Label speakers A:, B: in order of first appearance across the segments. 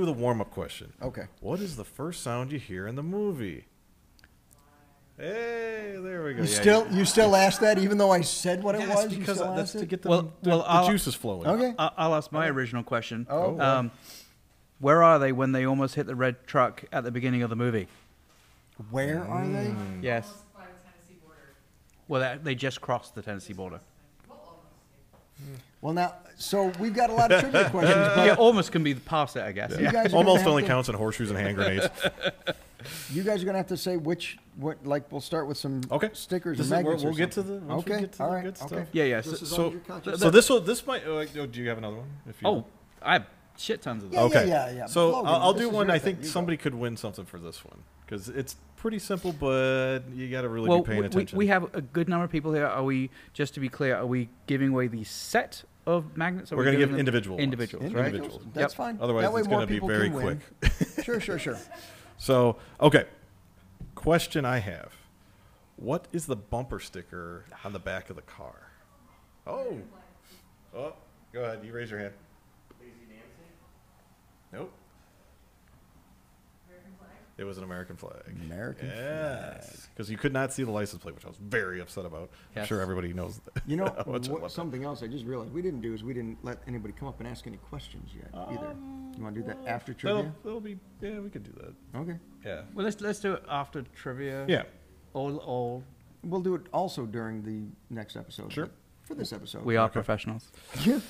A: do the warm up question.
B: Okay.
A: What is the first sound you hear in the movie? Hey, there we go.
B: You
A: Yeah,
B: still you still asked that even though I said what it
A: Yes,
B: was. you
A: because
B: still
A: that's
B: asked
A: to
B: it?
A: get Uh, the,
C: Well-
A: the,
C: well,
A: the
C: I'll-
A: juices flowing.
B: Okay.
C: I- I'll ask my original question.
B: Oh, okay.
C: um, where are they when they almost hit the red truck at the beginning of the movie?
B: Where are they?
A: mm.
C: Yes.
D: by the Tennessee border.
C: Well, that, they just crossed the Tennessee border.
B: Well, now, so we've got a lot of trivia questions, but
C: yeah, almost can be past it, I guess.
B: you
C: Yeah.
B: guys are gonna
A: Almost
B: have
A: only
B: to-
A: counts in horseshoes and hand grenades.
B: You guys are gonna have to say which what. Like we'll start with some
A: Okay.
B: stickers
A: This is
B: and
A: where
B: magnets. or
A: we'll get to
B: something.
A: the- once we
B: okay.
A: get to the
B: all right.
A: good stuff.
B: Okay.
C: Yeah, yeah,
B: This
C: so-
B: is
A: so-
B: all your conscience.
A: So this will this might. oh, like, oh, do you have another one? If you,
C: Oh, I have shit tons of
B: Yeah,
C: them.
A: okay.
B: yeah, yeah.
A: So
B: Logan,
A: I'll, I'll
B: this
A: do
B: is
A: one.
B: your
A: I
B: thing.
A: think
B: You go.
A: somebody could win something for this one because it's pretty simple, but you got to really
C: well,
A: be paying
C: we, we-
A: attention.
C: we have a good number of people here. Are we, just to be clear, are we giving away the set of magnets? or are
A: We're
C: we
A: gonna
C: giving
A: give
C: them-
A: individual ones.
C: Individuals, right?
B: Individuals?
A: Individuals.
B: That's
C: Yep.
B: fine.
A: Otherwise,
B: that way
A: it's
B: more
A: gonna be
B: people
A: very
B: can win. sure, sure, sure.
A: so okay. Question I have: What is the bumper sticker on the back of the car? Oh. Oh, go ahead. You raise your hand. Nope. It was an American flag.
B: American
A: Yes. Because you could not see the license plate, which I was very upset about. I'm
C: Yes.
A: sure everybody knows that.
B: You know,
A: how much I love
B: what-
A: that.
B: something else I just realized we didn't do is we didn't let anybody come up and ask any questions yet either. You want to do that after
A: That'll,
B: trivia?
A: that'll be, yeah, we could do that.
B: Okay.
A: Yeah.
C: Well, let's, let's do it after trivia.
A: Yeah.
C: All, all.
B: We'll do it also during the next episode.
A: Sure.
B: but For this episode.
C: We are professionals.
B: Yeah.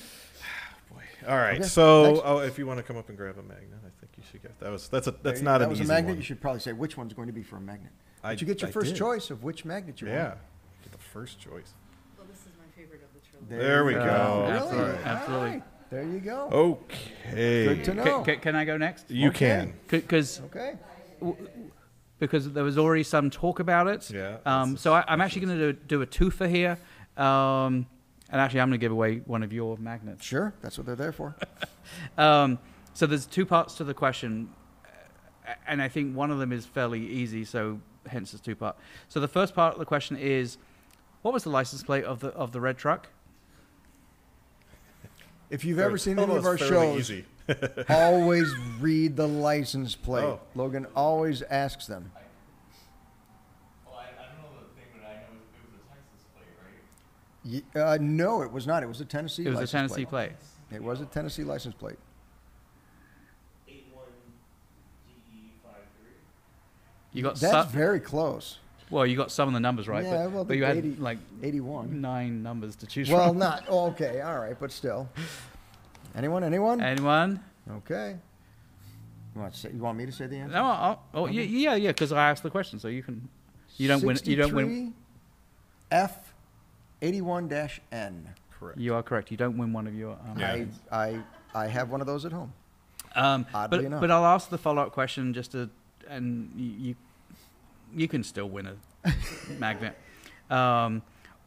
A: Boy. All right.
B: Okay,
A: So,
B: thanks.
A: oh, if you want to come up and grab a magnet, I think you should get that. Was that's a
B: There
A: that's
B: you-
A: not
B: that
A: an
B: was
A: easy
B: a magnet.
A: one.
B: You should probably say which one's going to be for a magnet. But
A: I-
B: you get your
A: I
B: first
A: did.
B: choice of which magnet you
A: yeah.
B: want.
A: Get the first choice.
D: Well, this is my favorite of the trilogy.
A: There we
B: you
A: go.
B: Really?
C: Absolutely,
B: All right.
C: absolutely.
B: There you go.
A: Okay.
B: Oh. Good to
C: Ca-
B: know.
C: ca- can I go next?
A: You
B: Okay.
A: can.
C: Because
A: Oh.
B: Okay.
C: because there was already some talk about it.
A: Yeah,
C: Um,
A: that's
C: so I, I'm actually going to do, do a twofer here, um, and actually I'm going to give away one of your magnets.
B: Sure. That's what they're there for.
C: Um, so there's two parts to the question, uh, and I think one of them is fairly easy, so hence it's two part. So the first part of the question is, what was the license plate of the of the red truck?
B: If you've ever seen any
A: Although
B: of our
A: it's fairly
B: shows,
A: Easy.
B: always read the license plate.
A: Oh.
B: Logan always asks them.
E: Well, I, I don't know the thing, but I know it was a Texas plate, right?
B: Ye- Uh, no, it was not. It was a Tennessee.
C: It was a
B: license
C: Tennessee
B: plate.
C: plate.
B: It was a Tennessee license plate.
E: Eight one D five three.
C: You got
B: That's
C: some,
B: very close.
C: well, you got some of the numbers right,
B: yeah,
C: but,
B: well,
C: but you had
B: 80,
C: like
B: eighty-one.
C: nine numbers to choose
B: Well,
C: from.
B: not oh, okay. All right, but still. Anyone? Anyone?
C: Anyone?
B: Okay. You want, to say, you want me to say the answer?
C: No, I'll, oh yeah, yeah, yeah, because I asked the question, so you can. You don't win. You don't win.
B: F, eighty-one dash N.
A: Correct.
C: You are correct. You don't win one of your. Um,
A: Yeah.
B: I I I have one of those at home.
C: um,
B: Oddly
C: but,
B: enough.
C: but I'll ask the follow up question just to, and you, you, you can still win a magnet. Um,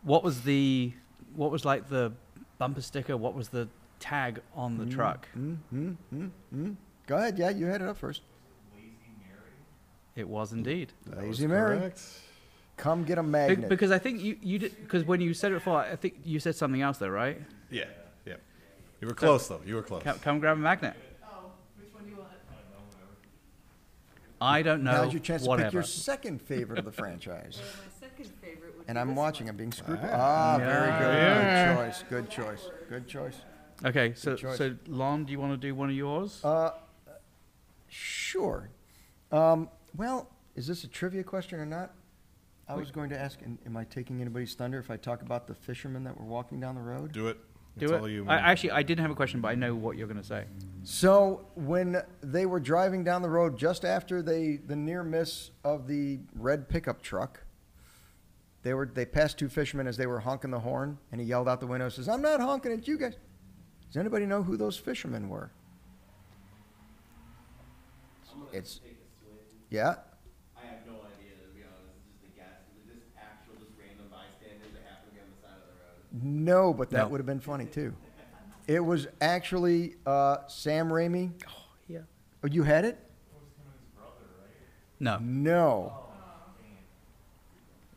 C: what was the, what was like the bumper sticker? What was the tag on the truck?
B: Mm, mm, mm, mm. Go ahead. Yeah, you had it up first.
C: It was indeed.
A: That was
B: Lazy Mary.
A: correct.
B: Come get a
C: Be-
B: magnet.
C: because I think you you did because when you said it before, I think you said something else though, right?
A: Yeah. Yeah. You were close though. You were close.
C: Come, come grab a magnet.
D: Oh, which one do you want?
C: I don't know.
B: Now's your chance
C: whatever.
B: to pick your second favorite of the franchise.
D: Well, my second favorite would be
B: And I'm
D: this
B: watching.
D: one.
B: I'm being scrupulous. Ah, very good.
A: Yeah.
B: Good choice. Good choice. Good choice.
C: Okay, so
B: choice. Uh,
C: so Lon, do you want to do one of yours?
B: Sure. Um, well, is this a trivia question or not? I was going to ask, am- am I taking anybody's thunder if I talk about the fishermen that were walking down the road?
A: Do it.
C: do
A: it's
C: it.
A: All you,
C: I,
A: man.
C: actually, I didn't have a question, but I know what you're going to say.
B: So when they were driving down the road just after they the near miss of the red pickup truck, they were they passed two fishermen as they were honking the horn, and he yelled out the window, says, "I'm not honking at you guys." Does anybody know who those fishermen were? It's
E: Take this to it.
B: yeah.
E: I have no idea, to be honest. It's just a guess. Is it just actual, just random bystanders that happen to be on the side of the road?
B: No, but that
C: No.
B: would have been funny too. It was actually uh, Sam Raimi.
C: Yeah.
B: Oh, you had it?
C: No.
B: No.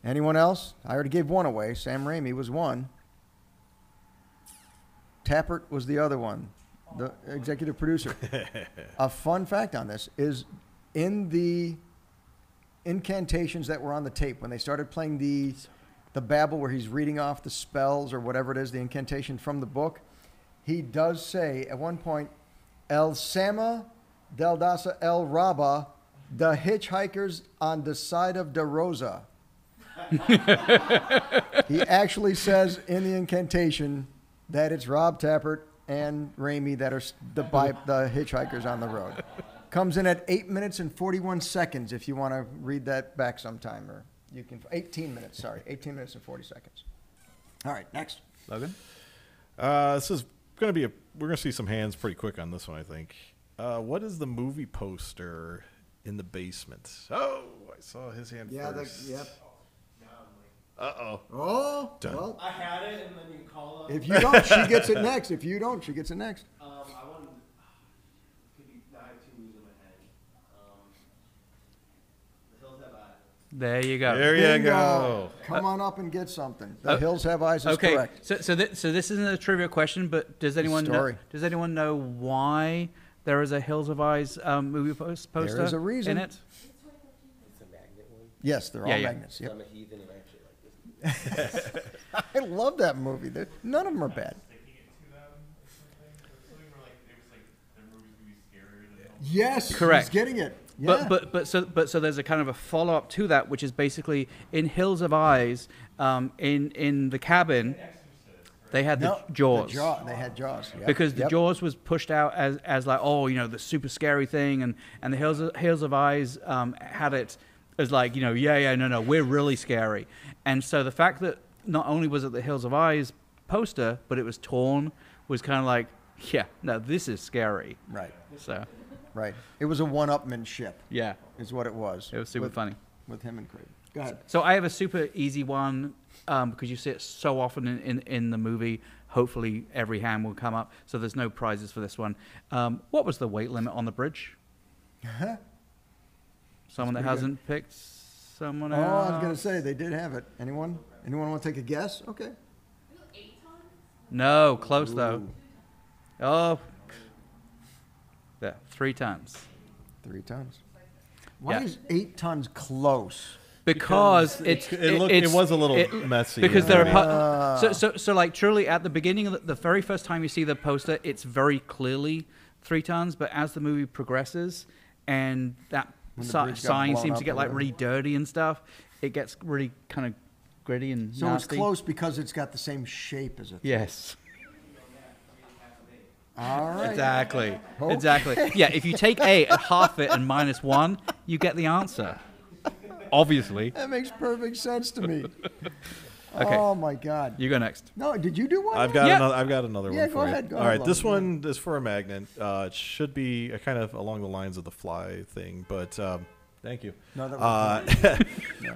B: Anyone else? I already gave one away. Sam Raimi was one. Tappert was the other one. the executive producer. a fun fact on this is in the incantations that were on the tape when they started playing the the babble where he's reading off the spells or whatever it is, the incantation from the book. He does say at one point, El Sama Del Dasa El Rabba, the hitchhikers on the side of the Rosa. he actually says in the incantation that it's Rob Tappert and Ramey that are s- the, bi- the hitchhikers on the road. Comes in at 8 minutes and 41 seconds if you want to read that back sometime. Or you can, 18 minutes, sorry, 18 minutes and 40 seconds. All right, next.
C: Logan?
A: Uh, this is going to be a. We're going to see some hands pretty quick on this one, I think. Uh, what is the movie poster in the basement? Oh, I saw his hand
F: Yeah, the-
A: first.
F: yep.
A: Uh oh.
F: Oh,
A: Done.
F: well,
E: I had it, and then you call up.
F: if you don't, she gets it next. If you don't, she gets it next.
E: Um, I wanted. to- Could be now I have two moves in my head. Um, the hills have eyes.
C: There you go.
A: There you
F: Bingo.
A: go. Uh,
F: Come on up and get something.
B: The Hills Have Eyes is
C: okay,
B: correct.
C: so so, th- so this isn't a trivia question, but does anyone know,
B: Story.
C: does anyone know why there is a Hills of Eyes um, movie post-
B: There
C: poster
B: is a reason.
C: in it?
E: It's a magnet one.
B: Yes, they're
C: Yeah,
B: all
C: yeah.
B: magnets. Yep.
E: I'm a heathen and I actually like this.
B: I love that movie. They're- None of them are bad.
G: sticking it to them or something? Or something where like it was like the movie's gonna be scarier than the
F: Yes,
C: Correct.
F: He's getting it. Yeah.
C: But but but so but so there's a kind of a follow up to that, which is basically in Hills of Eyes, um, in in the cabin, they had
F: No,
C: the jaws.
F: The jaw. They had jaws. Yep.
C: because the
F: Yep.
C: Jaws was pushed out as, as like oh you know the super scary thing and and the Hills of, Hills of Eyes um, had it as like you know yeah yeah no no we're really scary and so the fact that not only was it the Hills of Eyes poster but it was torn was kind of like yeah no this is scary
B: Right,
C: so
B: right. It was a one-upmanship,
C: yeah
B: is what it was.
C: it was super
B: with,
C: funny
B: with him and Craig. Go ahead.
C: so I have a super easy one um, because you see it so often in, in, in the movie hopefully every hand will come up so there's no prizes for this one um, what was the weight limit on the bridge Someone that
F: That's pretty
C: hasn't picked someone
F: Oh,
C: else.
F: I was gonna say they did have it. Anyone? Anyone want to take a guess? Okay.
C: No, close though.
F: Ooh,
C: Oh, yeah, three times.
F: Three tons. Why
C: Yeah.
F: is eight tons close?
C: Because, it's,
A: it looked- it
C: it's-
A: was a little messy
C: because
A: in
C: there are
A: the
C: pa- so, so so like truly at the beginning of the, the very first time you see the poster it's very clearly three tons but as the movie progresses and that
F: When the
C: si-
F: bridge got
C: sign
F: blown
C: seems
F: up
C: to get
F: or
C: like
F: whatever.
C: really dirty and stuff it gets really kind of gritty and
F: So it's
C: nasty.
F: close because it's got the same shape as it.
C: yes
F: All right.
C: Exactly. Exactly. Yeah, if you take eight and half it and minus one, you get the answer. Obviously.
F: That makes perfect sense to me.
C: Okay.
F: Oh my God.
C: You go next.
F: No, did you do one?
A: I've got
C: Yeah.
A: another. I've got another
F: Yeah,
A: one.
F: go
A: for you.
F: ahead, go
A: All
F: ahead,
A: right, this
F: Logan,
A: one is for a magnet. Uh, it should be a kind of along the lines of the fly thing, but um, thank you.
F: No, that
A: uh,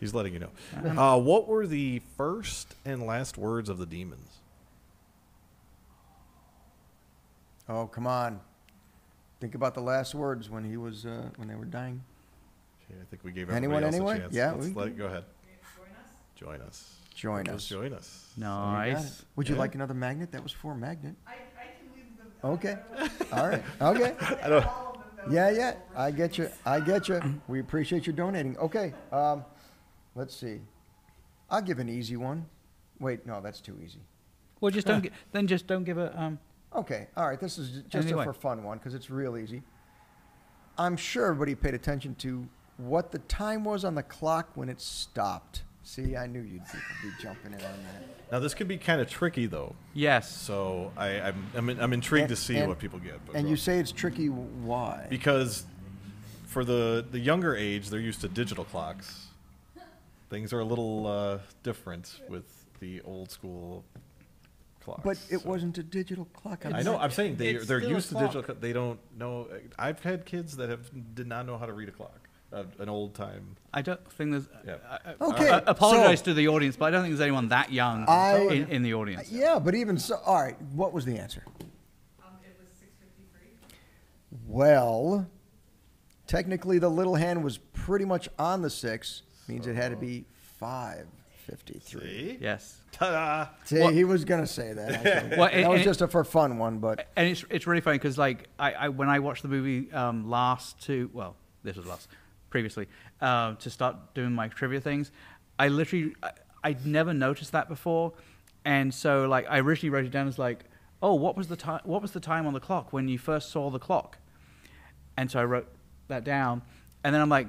A: He's letting you know. Uh, what were the first and last words of the demons?
B: Oh, come on. Think about the last words when he was uh, when they were dying.
A: Okay, I think we gave everybody
B: Anyone,
A: else
B: anyway?
A: a chance.
B: Yeah,
A: Let's
B: we
A: let- go ahead. Join
D: Join us?
A: us.
B: Join
A: Just
B: us.
A: join us.
B: You got
C: Nice.
B: it. Would you
A: Yeah.
B: like another magnet? That was for magnet.
D: I, I can leave them.
H: uh,
B: Okay. All right. Okay.
D: I don't. All of them though.
B: Yeah, yeah. I get you. I get you. We appreciate you donating. Okay. Um, let's see. I'll give an easy one. Wait, no, that's too easy.
C: Well, just don't. gi- Then just don't give a. Um,
B: Okay. All right. This is j- just
C: Anyway.
B: a for fun one because it's real easy. I'm sure everybody paid attention to what the time was on the clock when it stopped. See, I knew you'd be, be jumping in on that.
A: Now this could be kind of tricky though,
C: yes.
A: so I, I'm, I'm I'm intrigued to
B: And-
A: see
B: and-
A: what people get. but
B: And
A: go
B: you
A: on.
B: say it's tricky. Why?
A: because for the the younger age, they're used to digital clocks. Things are a little uh, different with the old school clocks.
B: but it
A: so-
B: wasn't a digital clock. I'm
A: I know.
B: not-
A: I'm saying they
F: it's
A: they're
F: still a
A: used to digital.
F: clock.
A: cl- They don't know. I've had kids that have did not know how to read a clock. Uh, an old time.
C: I don't think there's.
A: Yeah.
C: I, I,
B: Okay,
C: I- I apologize
B: so-
C: to the audience, but I don't think there's anyone that young
B: I-
C: in, in the audience.
B: Yeah, but even so, all right. What was the answer?
D: Um, it was six fifty-three.
B: Well, technically, the little hand was pretty much on the six. Means it had to be five 53.
A: See?
C: Yes.
A: Ta-da!
B: See, he was going to say that. I think.
C: Well, and-
B: that was
C: and-
B: just a for fun one,
A: Eh,
B: but
C: and it's it's really funny because like I, I when I watched the movie um, last to well this was last previously um, to start doing my trivia things, I literally I, I'd never noticed that before, and so like I originally wrote it down as like oh what was the time what was the time on the clock when you first saw the clock, and so I wrote that down, and then I'm like,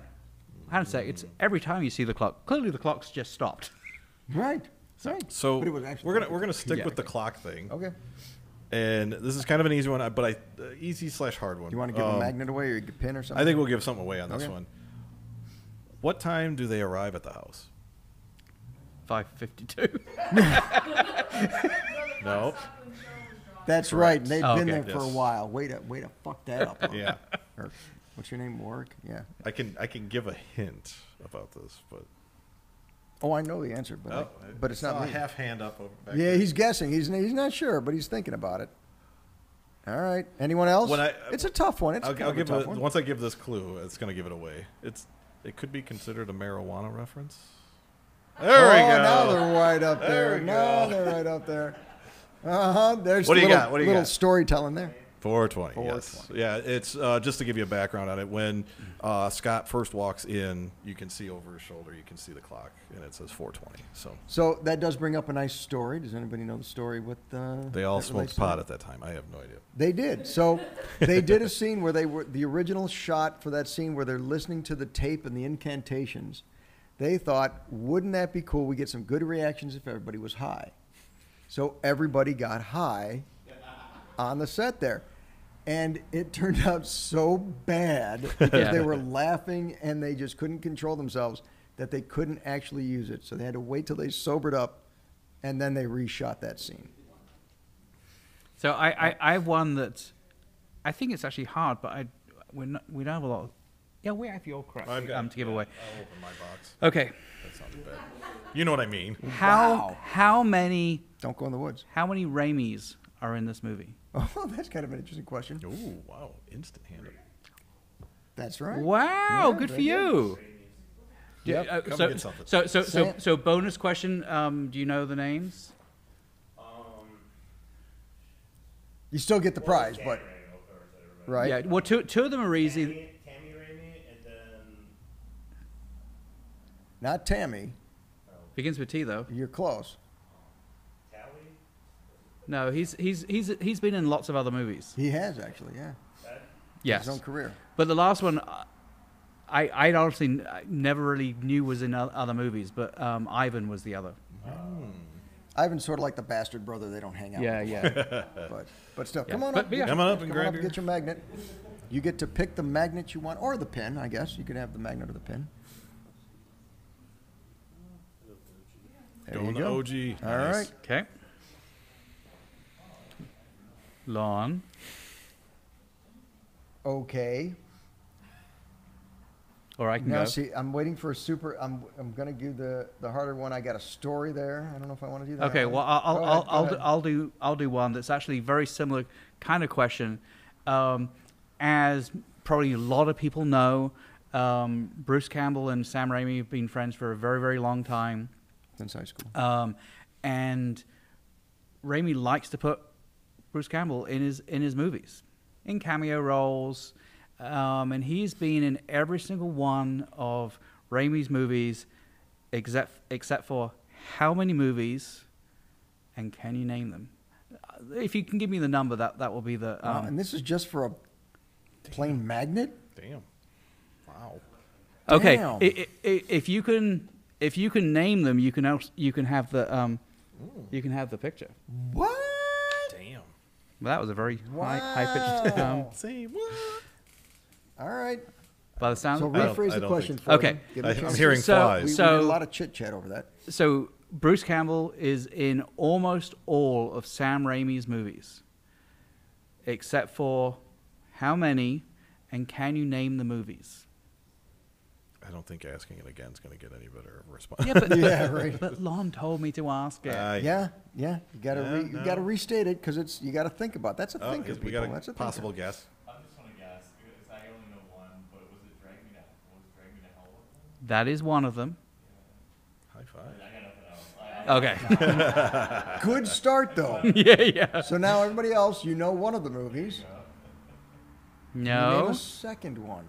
C: hang on a sec, it's every time you see the clock. Clearly the clock's just stopped.
B: right.
A: So
D: But it was actually-
A: we're gonna we're gonna stick
C: Yeah.
A: with the clock thing,
B: Okay.
A: and this is kind of an easy one, but I uh, easy slash hard one.
B: You want to give a
A: Um,
B: magnet away or a pin or something?
A: I think we'll give something away on this
B: Okay.
A: one. What time do they arrive at the house?
C: Five fifty two.
A: No.
D: That's right. They've
C: Oh,
D: been
C: okay.
D: there for a
A: Yes.
D: while. Way to way to fuck that up.
B: Oh.
D: Mark.
A: Yeah,
D: Or, what's your name? Warwick. Yeah.
A: I can I can give a hint about this, but
B: Oh, I know the answer, but I-
A: Oh, I
B: but it's not
A: saw a
B: me.
A: half hand up over back
B: Yeah,
A: there.
B: he's guessing. He's he's not sure, but he's thinking about it. All right. Anyone else?
A: When I-
B: it's a tough one. It's
A: I'll,
B: kind
A: I'll
B: of
A: give
B: a tough
A: a-
B: one.
A: once I give this clue, it's gonna give it away. It's it could be considered a marijuana reference. There
B: oh,
A: we go.
B: now they're right up
A: There
B: there.
A: we
B: now
A: go.
B: they're right up there. Uh huh. There's
A: What do you
B: little,
A: got? What do you
B: little
A: got?
B: storytelling there.
A: 420. Yes. Yeah. It's uh, just to give you a background on it. When uh, Scott first walks in, you can see over his shoulder. You can see the clock, and it says 420. So
B: So that does bring up a nice story. Does anybody know the story with the?
A: they all
B: that
A: smoked
B: relates to that?
A: pot at that time. I have no idea.
B: They did. So they did a scene where they were the original shot for that scene where they're listening to the tape and the incantations. They thought, wouldn't that be cool? We get some good reactions if everybody was high. So everybody got high on the set there. And it turned out so bad because
C: Yeah.
B: they were laughing and they just couldn't control themselves that they couldn't actually use it. So they had to wait till they sobered up and then they reshot that scene.
C: So I, I, I have one that I think it's actually hard, but I we're not, we don't have a lot. Of, yeah, we have your crap um, to give away.
A: I'll open my box.
C: Okay,
A: That sounds bad. You know what I mean.
C: how how many
B: Don't go in the woods.
C: how many Raimis are in this movie?
B: Oh, that's kind of an interesting question.
A: Ooh, wow. Instant hand up.
B: That's right.
C: Wow,
B: Yeah,
C: good for
B: very good.
C: you. Do-
B: Yep.
C: uh,
A: Come
C: so,
A: get something.
C: so so so
B: Sam-
C: so bonus question. Um, do you know the names?
B: You still get the prize, but right.
C: Yeah. Well, two two of them are easy.
E: Tammy, Tammy Raimi, and then
B: Not Tammy.
C: Begins with T though.
B: You're close.
E: Tally.
C: No, he's he's he's he's been in lots of other movies.
B: He has actually, yeah.
C: Yes.
B: His own career.
C: But the last one, uh, I I honestly n- I never really knew was in o- other movies, but um, Ivan was the other.
B: Ivan's sort of like the bastard brother. They don't hang out. with
C: yeah.
B: a lot, but but still,
C: Yeah.
B: come on
C: But-
B: up.
C: but yeah.
B: get your-
A: Come on up and grab your-
B: Get your magnet. You get to pick the magnet you want, or the pin. I guess you could have the magnet or the pin. There
A: Going
B: you go.
A: to OG.
B: All
A: Nice.
B: right.
C: okay. Lawn.
B: Okay.
C: Or I can
B: Now
C: go.
B: see, I'm waiting for a super. I'm I'm gonna do the the harder one. I got a story there. I don't know if I want to do that.
C: Okay.
B: one.
C: Well, I'll
B: uh, Go
C: I'll
B: ahead,
C: I'll,
B: go
C: I'll,
B: ahead.
C: do, I'll do I'll do one that's actually very similar kind of question, um, as probably a lot of people know. Um, Bruce Campbell and Sam Raimi have been friends for a very very long time.
B: since high school.
C: Um, and Raimi likes to put Bruce Campbell in his in his movies, in cameo roles, um, and he's been in every single one of Raimi's movies, except except for how many movies, and can you name them? Uh, If you can give me the number, that that will be the.
B: Wow,
C: Um,
B: Uh, and this is just for a plain magnet?
A: Damn. Wow.
C: okay,
B: Damn.
C: i- i- i- if you can if you can name them, you can else, you can have the um, you can have the picture.
B: What?
A: Damn.
C: Well, that was a very high high pitched. Um,
B: Wow.
A: Say what?
B: All right.
C: By the sound
B: So
C: of oh.
A: Um, I
B: rephrase the
A: don't
B: question
A: think
B: for
C: Okay.
B: me. Give
A: I,
B: me a
A: I'm
B: chance.
A: hearing
C: So-
B: We, we
A: flies.
B: did a
C: So-
B: lot of chit chat over that.
C: So Bruce Campbell is in almost all of Sam Raimi's movies, except for how many, and can you name the movies?
A: I don't think asking it again is going to get any better response.
C: Yeah, but
B: Yeah, right.
C: but Lon told me to ask it.
A: I-
B: Yeah, yeah. You gotta
A: Yeah,
B: re, you gotta
A: no.
B: restate it because it's you gotta think about. That's a
A: Oh,
B: thinker.
A: we
B: people.
A: got
B: That's
A: a
B: a thinker.
A: possible guess.
E: I'm just gonna guess because I only know one. But was it Drag Me to Hell? Was Drag Me to Hell?
C: That is one of them.
A: High five.
E: I got nothing else.
A: Uh,
C: Okay.
B: Good start, though.
C: yeah, yeah.
B: so now everybody else, you know one of the movies. Name
C: No.
B: a second one.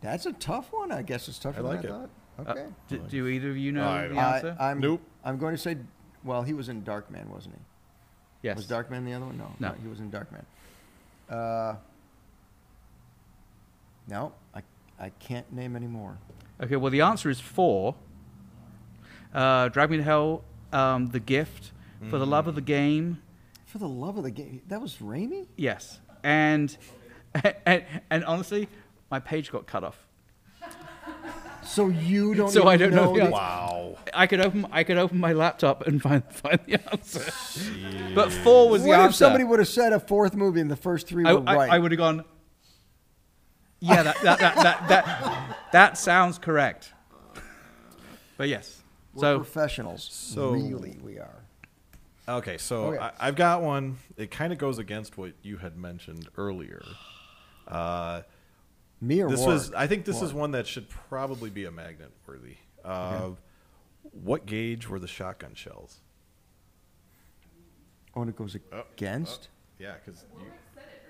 B: That's a tough one. I guess it's tougher
A: I like
B: than I
A: it.
B: thought.
C: Uh,
B: Okay.
C: d- do either of you know
A: I-
C: the answer?
B: I, am
A: Nope.
B: I'm going to say, well, he was in Darkman, wasn't he?
C: yes.
B: Was Darkman the other one? No.
C: No.
B: He was in Darkman. Uh, no, I, I can't name any more.
C: Okay, well, the answer is four. Uh, Drag Me to Hell, um, The Gift, For the Love of the Game,
B: For the love of the game, that was Raimi?
C: yes. And, and, and honestly, my page got cut off.
B: So you don't
C: So I
B: even
C: don't know the
B: the-
C: answer.
A: Wow.
C: I could open I could open my laptop and find find the answer. But four was the
B: What
C: answer.
B: if somebody would have said a fourth movie and the first three
C: I,
B: were
C: I,
B: right?
C: I would have gone. Yeah, that that, that, that that that sounds correct. But yes,
B: We're
C: so
B: professionals.
A: So-
B: really, we are.
A: Okay, so
B: Okay.
A: I, I've got one. It kind of goes against what you had mentioned earlier. Uh,
B: Me or
A: this
B: Warren?
C: uh,
A: was, I think, this is one that should probably be a magnet worthy. Uh, What gauge were the shotgun shells?
B: Oh, and it
C: uh,
B: goes against.
A: Yeah, because you,
I: said it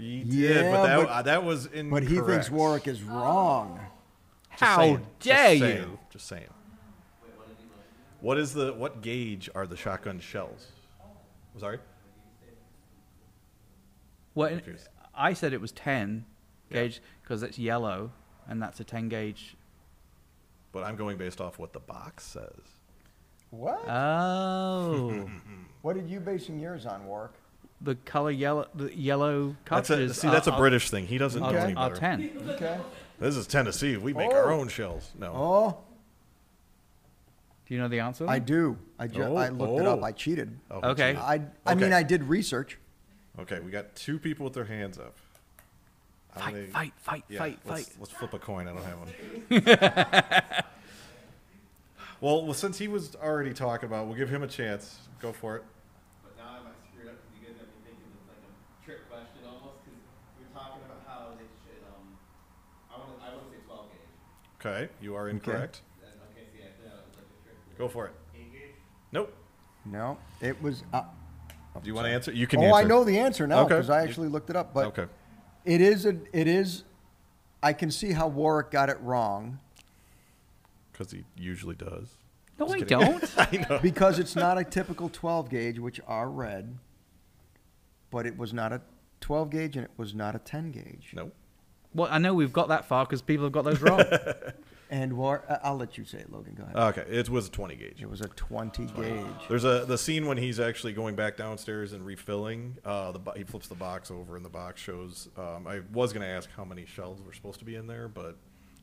I: earlier.
A: you
B: Yeah,
A: did, but that,
B: but-
A: uh, that was in.
B: But he thinks Warwick is wrong.
C: how dare you?
A: Just saying. What is the what gauge are the shotgun shells? I'm sorry.
C: What
A: Confused.
C: I said it was ten gauge because it's yellow and that's a ten gauge.
A: But I'm going based off what the box says.
B: What?
C: Oh,
B: Uh, what are you basing yours on, Warwick?
C: the color yellow, the yellow
A: That's a,
C: cartridges
A: see, that's
C: are,
A: a British thing. He doesn't
C: Are,
A: know any
C: are, are
A: better.
C: ten?
B: Okay.
A: This is Tennessee. We make our
B: Oh.
A: own shells. No.
B: Oh,
C: Do you know the answer?
B: I do. I, ju-
A: Oh,
B: I looked it up.
A: oh.
B: I cheated.
A: Oh,
C: Okay.
A: gee.
B: I, I mean,
A: Okay.
B: I did research.
A: Okay, we got two people with their hands up. How
C: Fight,
A: many-
C: fight, fight,
A: yeah,
C: fight,
A: let's,
C: fight.
A: Let's flip a coin. I don't have one. well, well, since he was already talking about, it, we'll give him a chance. Go for it.
E: But now I screwed up because you guys have me thinking it's like a trick question almost because we were talking about how they should, um, I want to, I want to say 12 gauge.
A: Okay, you are incorrect.
E: Then, okay, see, I thought it was like a trick.
A: Go for it. Nope.
B: No, it was. Uh,
A: Do you want to answer? You can.
B: oh,
A: answer.
B: I know the answer now
A: Okay.
B: because I actually looked it up. But
A: okay.
B: it is. A, it is. I can see how Warwick got it wrong
A: Because he usually does.
C: no, I
A: kidding.
C: don't.
A: I know.
B: because it's not a typical 12 gauge, which are red. But it was not a 12 gauge and it was not a 10 gauge.
A: Nope.
C: Well, I know we've got that far because people have got those wrong.
B: And war, I- I'll let you say it, Logan. Go ahead.
A: Okay, it was a twenty gauge.
B: it was a 20 gauge.
A: There's a the scene when he's actually going back downstairs and refilling. Uh, the bo- he flips the box over, and the box shows. Um, I was going to ask how many shells were supposed to be in there, but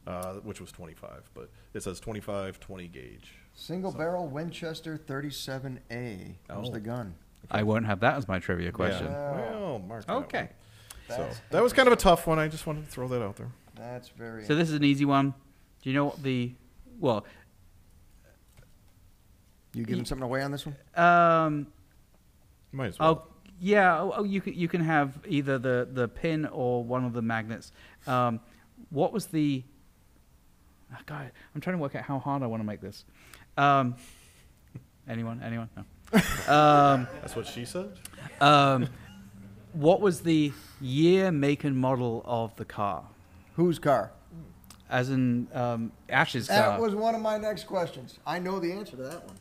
A: uh, which was 25. But it says 25, 20 gauge.
B: Single barrel Winchester 37A. That was
A: Oh.
B: the gun.
C: I won't have that as my trivia question.
A: Yeah. Well, mark that
C: Okay.
A: one. So
B: That's,
A: that was kind of a tough one. I just wanted to throw that out there.
B: that's very.
C: So this is an easy one. Do you know what the well?
B: you giving something away on this one?
C: Um,
A: Might as well.
C: oh yeah. Oh, oh, you can you can have either the the pin or one of the magnets. Um, what was the? Oh, God, I'm trying to work out how hard I want to make this. Um, anyone? Anyone? No. um,
A: That's what she said.
C: um, what was the year, make, and model of the car?
B: Whose car?
C: As in um, Ash's car.
B: That was one of my next questions. I know the answer to that one.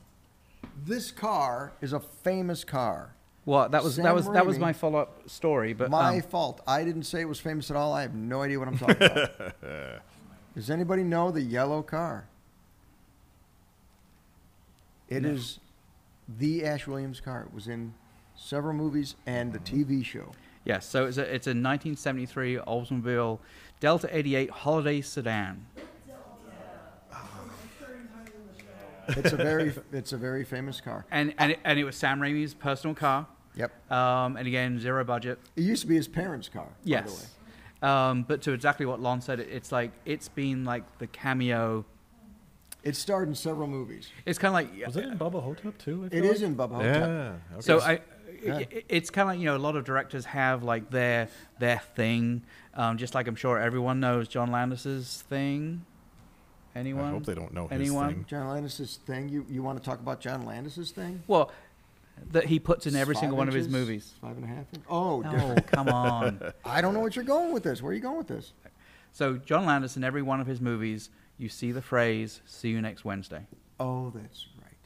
B: This car is a famous car.
C: Well, that was that
B: Sam
C: was that was
B: Raimi.
C: my follow up story, but
B: my
C: um,
B: fault. I didn't say it was famous at all. I have no idea what I'm talking about. Does anybody know the yellow car? It is the Ash Williams car. It was in several movies and the TV show.
C: yeah, so it's a it's a 1973 Oldsmobile Delta 88 holiday sedan.
B: It's a very it's a very famous car.
C: And and it, and it was Sam Raimi's personal car.
B: Yep.
C: Um, and again, zero budget.
B: It used to be his parents' car. By the way.
C: Yes. Um, but to exactly what Lon said, it, it's like it's been like the cameo.
B: It starred in several movies.
C: It's kind of like
A: Was it in Bubba Hotep too?
B: It is in Bubba Hotep.
A: Yeah. Okay.
C: So I,
B: Yeah.
C: it, it's kind of like, you know a lot of directors have like their their thing, um, just like I'm sure everyone knows John Landis's thing, Anyone?
A: I hope they don't know his
C: Anyone?
A: thing.
B: John Landis's thing, you, you want to talk about John Landis's thing?
C: Well, that he puts in every
B: Five
C: single one of his
B: inches?
C: movies.
B: Five and a half? in- Oh,
C: No, come on.
B: I don't know what you're going with this. Where are you going with this?
C: So John Landis in every one of his movies, you see the phrase "See you next Wednesday."
B: Oh, that's right.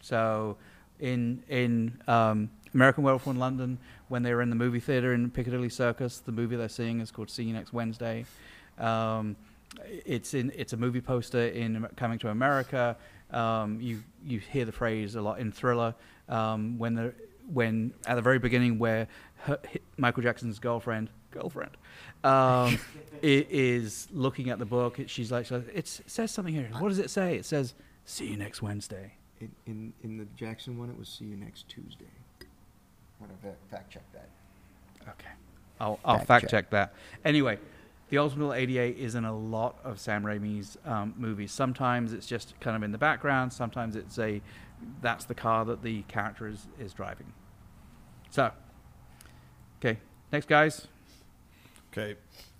C: So in in um, American Werewolf in London, when they were in the movie theater in Piccadilly Circus, the movie they're seeing is called See You Next Wednesday. Um, it's in it's a movie poster in Am- Coming to America. Um, you you hear the phrase a lot in Thriller um, when the when at the very beginning where her, hi- Michael Jackson's girlfriend girlfriend um, i- is looking at the book. it- She's like, she's like, it's, it says something here. What does it say? It says, "See you next Wednesday."
B: In, in, in the Jackson one, it was see you next Tuesday. Would have fact checked that.
C: Okay. I'll, I'll
B: Fact
C: fact check.
B: check.
C: that. Anyway, The Ultimate 88 is in a lot of Sam Raimi's um, movies. Sometimes it's just kind of in the background. Sometimes it's a, that's the car that the character is, is driving. So, okay. Next, guys.
A: Okay,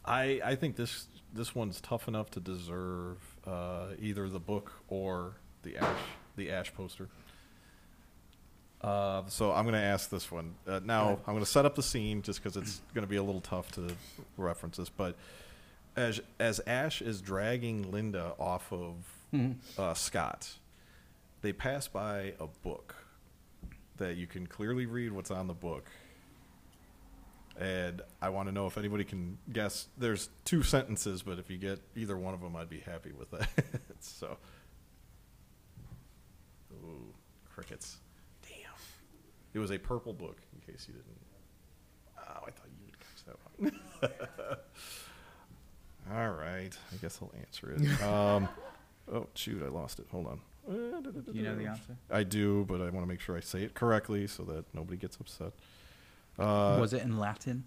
A: I I think this this one's tough enough to deserve uh, either the book or the ash the ash poster. Uh, so I'm going to ask this one uh, now. I'm going to set up the scene just because it's going to be a little tough to reference this, but. As, as Ash is dragging Linda off of uh, Scott, they pass by a book that you can clearly read what's on the book. And I want to know if anybody can guess. There's two sentences, but if you get either one of them, I'd be happy with that. so, ooh, crickets. Damn. It was a purple book, in case you didn't. Oh, I thought you would catch that one. All right, I guess I'll answer it. Um, oh shoot, I lost it. Hold on.
C: Do you know
A: Uh,
C: the answer?
A: I do, but I want to make sure I say it correctly so that nobody gets upset. Uh,
C: Was it in Latin?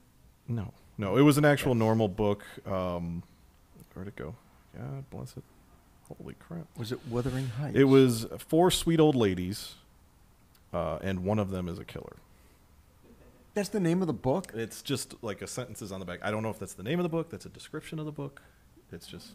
A: no, no, it was an actual normal book. Um, where'd it go? God bless it. Holy crap!
B: Was it Wuthering Heights?
A: It was four sweet old ladies, uh, and one of them is a killer.
B: That's the name of the book?
A: It's just like a sentences on the back. I don't know if that's the name of the book. That's a description of the book. It's just,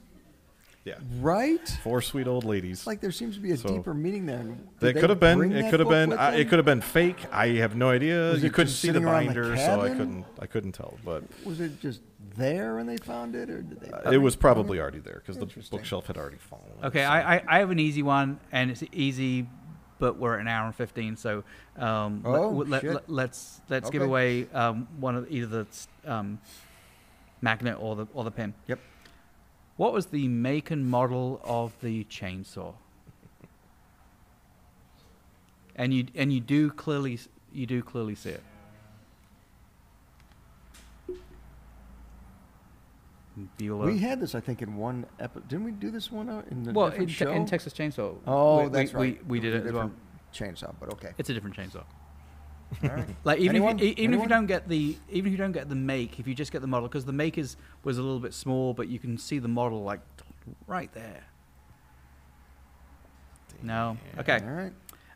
A: yeah,
B: Right?
A: four sweet old ladies.
B: It's like there seems to be a
A: So-
B: deeper meaning there. Did
A: That
B: they
A: could have been.
B: bring
A: It
B: that
A: could have
B: book
A: been.
B: with
A: I,
B: them?
A: it could have been fake. I have no idea.
B: Was
A: You
B: it
A: couldn't
B: just
A: see the
B: sitting around the
A: binder, so I
B: cabin?
A: couldn't. I couldn't tell. But
B: Was it just there when they found it, or did they?
A: uh, it was probably already there because the
B: Interesting.
A: bookshelf had already fallen.
C: Okay,
A: so-
C: I, I, I have an easy one, and it's easy, but we're at an hour and fifteen, so um, let-
B: Oh,
C: let,
B: shit.
C: let, us let's give
B: Okay.
C: away um, one of either the um, magnet or the or the pin.
B: Yep.
C: What was the make and model of the chainsaw? And you and you do clearly s- you do clearly see it. Bueller.
B: We had this, I think, in one episode. Didn't we do this one out in the
C: well in,
B: different
C: Te-
B: show?
C: in Texas Chainsaw.
B: Oh,
C: we,
B: that's
C: we,
B: right.
C: We, we did
B: was a
C: it as well.
B: different Chainsaw, but okay.
C: It's a different chainsaw.
B: All right.
C: Like even
B: Anyone?
C: if you, e- even if
B: Anyone?
C: you don't get the even if you don't get the make, if you just get the model, because the make is was a little bit small, but you can see the model like right there. No. Okay.
B: All right.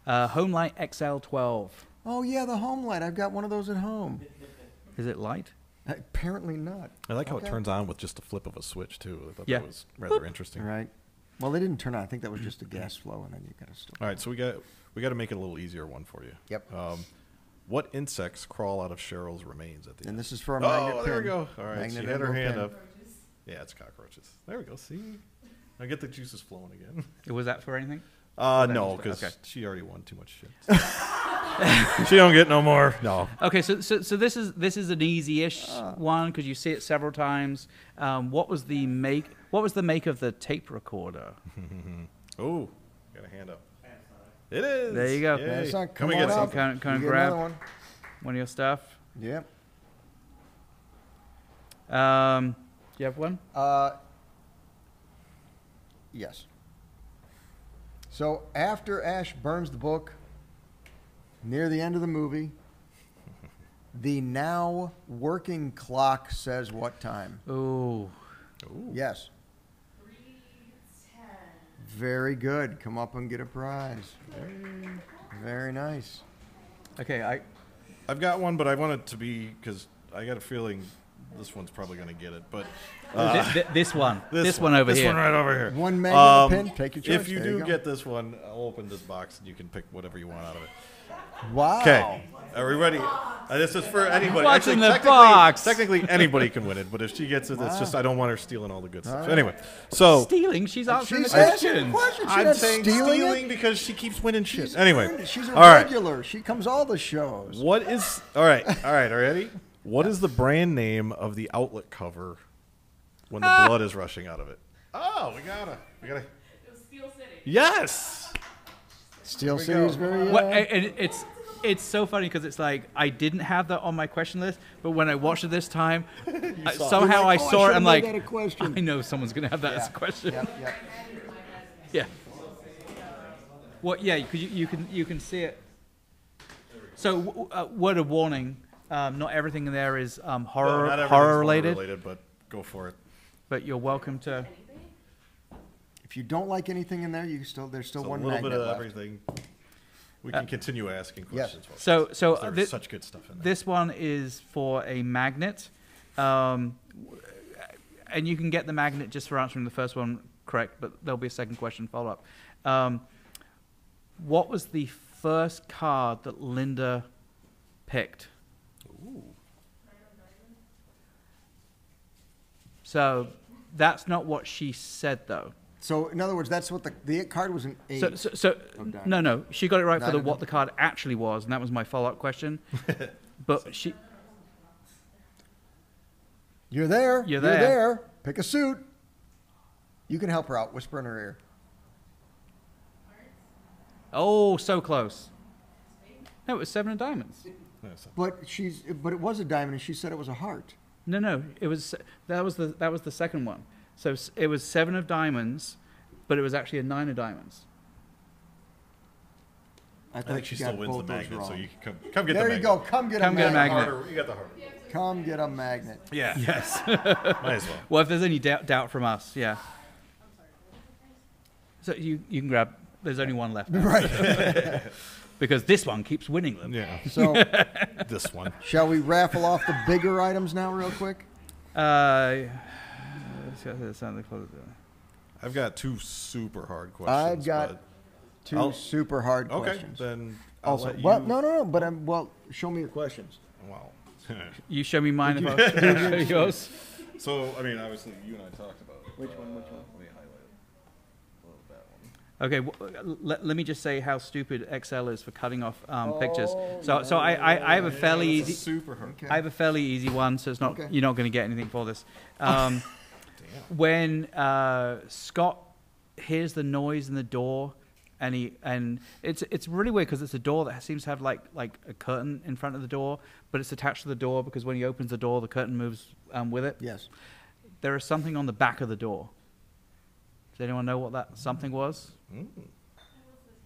C: Uh, Homelight XL12.
B: Oh yeah, the home light. I've got one of those at home.
C: Is it light?
B: Apparently not.
A: I like how it
B: Okay.
A: turns on with just a flip of a switch too. I thought
C: Yeah.
A: that was rather interesting.
B: All right. Well, they didn't turn on. I think that was just a gas flow, and then you got to still.
A: All right, so we got we got to make it a little easier one for you.
B: Yep.
A: Um, what insects crawl out of Cheryl's remains at the
B: And
A: end?
B: this is for a magnet.
A: Oh, there we
B: pin.
A: go. All right, she
B: Magnet
A: had her
B: angle
A: hand
B: pin.
A: up. Yeah, it's cockroaches. There we go. See, I get the juices flowing again.
C: Was that for anything?
A: Uh,
C: that
A: no,
C: was-
A: because
C: okay.
A: she already won too much shit. she don't get no more. No.
C: Okay, so so, so this is this is an easy-ish one because you see it several times. Um, what was the make? What was the make of the tape recorder?
A: Oh, got a hand up. It is.
C: There you go.
A: Yay.
B: Madison,
A: Come
B: come
A: and get
B: on
A: some.
B: up.
C: Can I- can I
B: You get
C: grab-
B: another one?
C: One of your stuff.
B: Yep.
C: Um, do you have one?
J: Uh, yes. So after Ash burns the book,
B: Near the end of the movie,
J: the now working clock says what time?
C: Ooh.
J: Yes.
B: very good. Come up and get a prize.
J: Very nice.
C: Okay, I
A: I've got one, but I want it to be because I got a feeling this one's probably going to get it, but
C: Th- th- Oh, this one, this, one over
A: this
C: here.
A: one right over here.
J: One magnet um, pin. Take your choice.
A: If you
J: There
A: do
J: go.
A: get this one, I'll open this box and you can pick whatever you want out of it.
J: wow.
A: Okay, are we ready? Uh, this is for anybody.
C: What's
A: Actually,
C: in the
A: technically,
C: box?
A: Technically, anybody can win it, but if she gets it, it's just I don't want her stealing all the good stuff.
J: All right.
A: Anyway, so
C: Stealing. She's answering
J: She's
C: the
J: asking
C: question.
J: the question. She's
A: I'm
J: not
A: saying
J: stealing,
A: stealing,
J: it.
A: because she keeps winning shit.
J: She's earned
A: anyway,
J: it. she's a
A: all right.
J: regular. She comes all the shows.
A: What is all right? All right, are you ready? What is the brand name of the outlet cover when the blood is rushing out of it? Ah. Oh, we gotta, we gotta.
H: It was Steel City.
A: Yes.
J: Steel
A: we go.
J: City's very. Uh,
C: What, and- and it's it's so funny because it's like I didn't have that on my question list, but when I watched it this time, I- somehow I
B: oh, I
C: saw it.
B: should've
C: I'm
B: made
C: like,
B: that a question.
C: I know someone's gonna have that as a question.
J: yep, yep.
C: Yeah. What? Yeah, because you, you can you can see it. So, w- w- uh, word of warning: um, not everything in there is um, horror
A: Not everything's
C: horror related,
A: related, but go for it.
C: but you're welcome to.
J: If you don't like anything in there, you still there's still
A: It's
J: one
A: a little
J: magnet
A: bit of
J: left. Uh,
A: everything. We can continue asking questions. folks.
C: So, so
A: there's
C: thi-
A: such good stuff in there.
C: This one is for a magnet, um, w- and you can get the magnet just for answering the first one correct. But there'll be a second question follow up. Um, what was the first card that Linda picked? So that's not what she said though.
J: So in other words, that's what the the card was an eight.
C: So, so, so
B: Oh, darn.
C: no, no, she got it right
J: No,
C: for the
J: no,
C: what
J: no.
C: the card actually was, and that was my follow up question. but she,
J: You're there.
C: You're
J: You're
C: there.
J: there. Pick a suit. You can help her out. Whisper in her ear.
C: oh, so close. No, it was seven of diamonds.
A: Yeah, so-
B: But she's, but it was a diamond, and she said it was a heart.
C: No, no, it was that was the that was the second one. So s- it was seven of diamonds, but it was actually a nine of diamonds.
A: I think she still wins the magnet, so you can come, come get
J: there
A: the
J: you
A: magnet.
J: go. Come get
C: Come
J: a
C: get a
J: magnet.
C: magnet.
A: Harder- You got the harder.
J: Come get a magnet.
A: Yeah.
C: Yes.
A: Might as well.
C: well, if there's any doubt, doubt from us, yeah. So you you can grab. There's only one left now,
J: Right.
C: because this one keeps winning them.
A: Yeah.
J: So
A: This one.
J: shall we raffle off the bigger items now, real quick?
C: Uh, let's go to the sound of the close.
A: I've got two super hard questions.
J: I've got two
A: I'll-
J: super hard
A: But, okay.
J: questions.
A: Then I'll
J: also,
A: let you.
J: well, no, no, no. But I'm well. Show me your questions.
A: Wow.
C: You show me mine if I show yours.
A: So, I mean, obviously, you and I talked about it. uh, Which one? Which one? Let me highlight it. Well, that one.
C: Okay, w- let, let me just say how stupid Excel is for cutting off um, pictures. So, so I, I, I have a fairly
A: That's a
C: easy.
A: super hard.
C: I have a fairly easy one, so it's not
J: Okay.
C: you're not going to get anything for this. Um, when uh, Scott hears the noise in the door, and he and it's it's really weird because it's a door that seems to have like like a curtain in front of the door, but it's attached to the door because when he opens the door, the curtain moves um, with it.
J: Yes.
C: There is something on the back of the door. Does anyone know what that something was?
H: It was the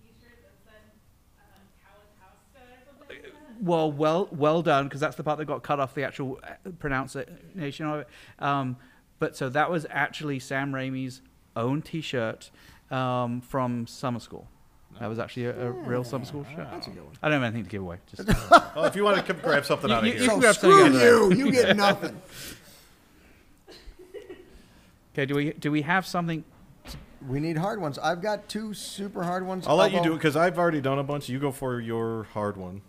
H: t-shirt that said, um, Cow and House or something like that.
C: Well, well, well done, because that's the part that got cut off the actual uh, pronunciation of it. Um, but so that was actually Sam Raimi's own T-shirt um, from summer school. That was actually a, a real summer school shirt. That's a good one. I don't have anything to give away. Just
A: Well, if you want to grab something out of
C: You-
A: here.
C: you-
J: So
C: grab something out of
J: screw
C: there.
J: you. You get nothing.
C: okay. Do we do we have something?
J: we need hard ones. I've got two super hard ones.
A: I'll let you
J: although-
A: do it because I've already done a bunch. You go for your hard one.